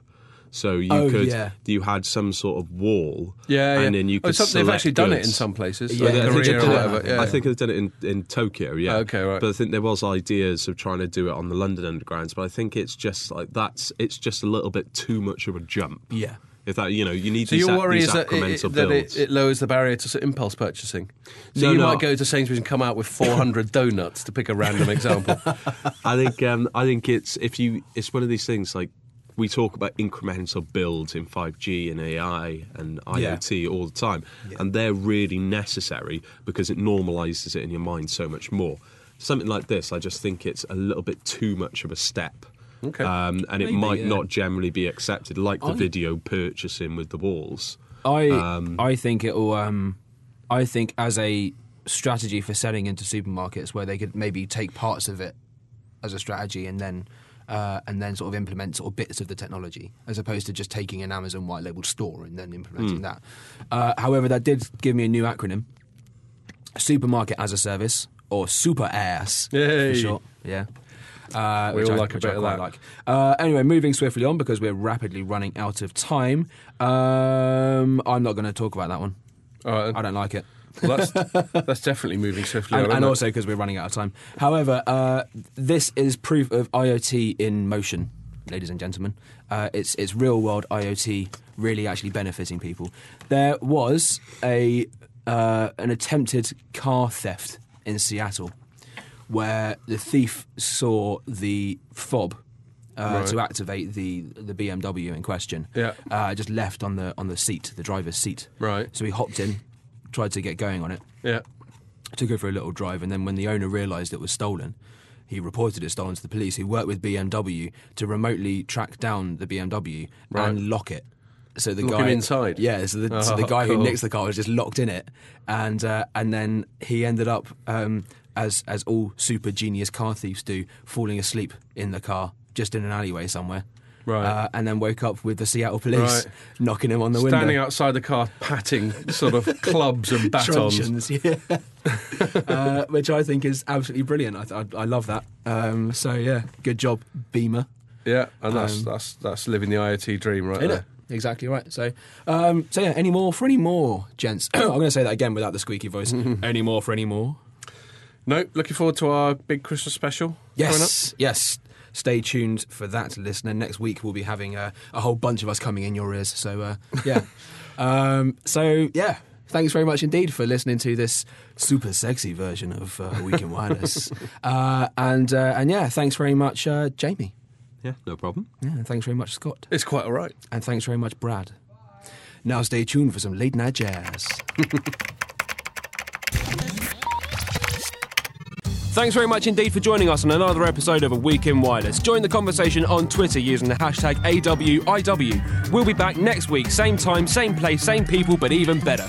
Speaker 1: so you
Speaker 5: Oh,
Speaker 1: could
Speaker 5: yeah.
Speaker 1: you had some sort of wall,
Speaker 3: Yeah,
Speaker 1: and
Speaker 3: yeah.
Speaker 1: then you
Speaker 3: Oh,
Speaker 1: could.
Speaker 3: some- they've
Speaker 1: select
Speaker 3: actually done it in
Speaker 1: goods.
Speaker 3: some places.
Speaker 5: Yeah,
Speaker 3: like
Speaker 1: I think,
Speaker 3: Korea
Speaker 1: they've
Speaker 3: or
Speaker 1: done
Speaker 3: whatever.
Speaker 1: it,
Speaker 3: Yeah, Oh,
Speaker 1: I think they've done it in, in Tokyo, yeah.
Speaker 3: Okay, right.
Speaker 1: But I think there was ideas of trying to do it on the London Undergrounds, but I think it's just like that's it's just a little bit too much of a jump.
Speaker 5: Yeah.
Speaker 1: If that you know you need
Speaker 3: So
Speaker 1: these,
Speaker 3: your
Speaker 1: ac-
Speaker 3: worry
Speaker 1: these
Speaker 3: is that, it,
Speaker 1: incremental
Speaker 3: it- that
Speaker 1: builds.
Speaker 3: it, it lowers the barrier to sort of impulse purchasing. So
Speaker 1: No,
Speaker 3: you
Speaker 1: no.
Speaker 3: might go to Sainsbury's and come out with 400 donuts to pick a random example.
Speaker 1: I think um, I think it's if you it's one of these things like we talk about incremental builds in 5G and AI and IoT all the time, and they're really necessary because it normalizes it in your mind so much more. Something like this, I just think it's a little bit too much of a step.
Speaker 3: Okay.
Speaker 1: Um, and it
Speaker 5: Maybe,
Speaker 1: might
Speaker 5: yeah.
Speaker 1: not generally be accepted, like the
Speaker 5: I-
Speaker 1: video purchasing with the walls.
Speaker 2: I I think it will. Um, I think as a strategy for selling into supermarkets, where they could maybe take parts of it as a strategy and then uh, and then sort of implement sort of bits of the technology, as opposed to just taking an Amazon white labeled store and then implementing that. Uh, however, that did give me a new acronym: supermarket as a service or super ass
Speaker 3: Yay.
Speaker 2: for short. Yeah. Uh,
Speaker 3: We
Speaker 2: which
Speaker 3: all
Speaker 2: I-
Speaker 3: like a
Speaker 2: which
Speaker 3: bit
Speaker 2: I
Speaker 3: of
Speaker 2: quite
Speaker 3: that.
Speaker 2: like. Uh, anyway, moving swiftly on because we're rapidly running out of time. Um, I'm not going to talk about that one.
Speaker 3: All right,
Speaker 2: I don't like it.
Speaker 3: well, that's, that's definitely moving swiftly. on,
Speaker 2: And, and
Speaker 3: isn't it?
Speaker 2: also because we're running out of time. However, uh, this is proof of IoT in motion, ladies and gentlemen. Uh, it's it's real world IoT really actually benefiting people. There was a uh, an attempted car theft in Seattle, where the thief saw the fob. Uh,
Speaker 3: Right.
Speaker 2: To activate the the BMW in question,
Speaker 3: Yeah.
Speaker 2: uh, just left on the on the seat, the driver's seat.
Speaker 3: Right.
Speaker 2: So he hopped in, tried to get going on it,
Speaker 3: Yeah.
Speaker 2: took her for a little drive, and then when the owner realised it was stolen, he reported it stolen to the police, who worked with BMW to remotely track down the BMW
Speaker 3: Right.
Speaker 2: and lock it. So the
Speaker 3: Lock him
Speaker 2: guy
Speaker 3: inside?
Speaker 2: yeah. So the, so the
Speaker 3: Oh,
Speaker 2: guy
Speaker 3: cool.
Speaker 2: who nicked the car was just locked in it, and uh, and then he ended up um, as as all super genius car thieves do, falling asleep in the car just in an alleyway somewhere.
Speaker 3: Right.
Speaker 2: Uh, and then woke up with the Seattle police
Speaker 3: Right.
Speaker 2: knocking him on the
Speaker 3: Standing
Speaker 2: window.
Speaker 3: outside the car, patting sort of clubs and batons.
Speaker 2: Truncheons, yeah. uh, which I think is absolutely brilliant. I, th- I, I love that. Um, so yeah, good job, Beamer.
Speaker 3: Yeah, and that's
Speaker 2: Um,
Speaker 3: that's that's living the IoT dream, right
Speaker 2: Isn't
Speaker 3: there.
Speaker 2: it? Uh-huh. Exactly right. So, um, so yeah, any more for any more, gents? I'm going to say that again without the squeaky voice. any more for any more?
Speaker 3: No, looking forward to our big Christmas special. Coming up.
Speaker 2: Yes, yes. Stay tuned for that, listener. Next week we'll be having uh, a whole bunch of us coming in your ears. So uh, yeah, um, so yeah. Thanks very much indeed for listening to this super sexy version of uh, Week in Wireless. uh, and uh, and yeah, thanks very much, uh, Jamie.
Speaker 1: Yeah, no problem.
Speaker 2: Yeah, and thanks very much, Scott.
Speaker 3: It's quite all right.
Speaker 2: And thanks very much, Brad. Now stay tuned for some late night jazz. Thanks very much indeed for joining us on another episode of A Week in Wireless. Join the conversation on Twitter using the hashtag AWIW. We'll be back next week, same time, same place, same people, but even better.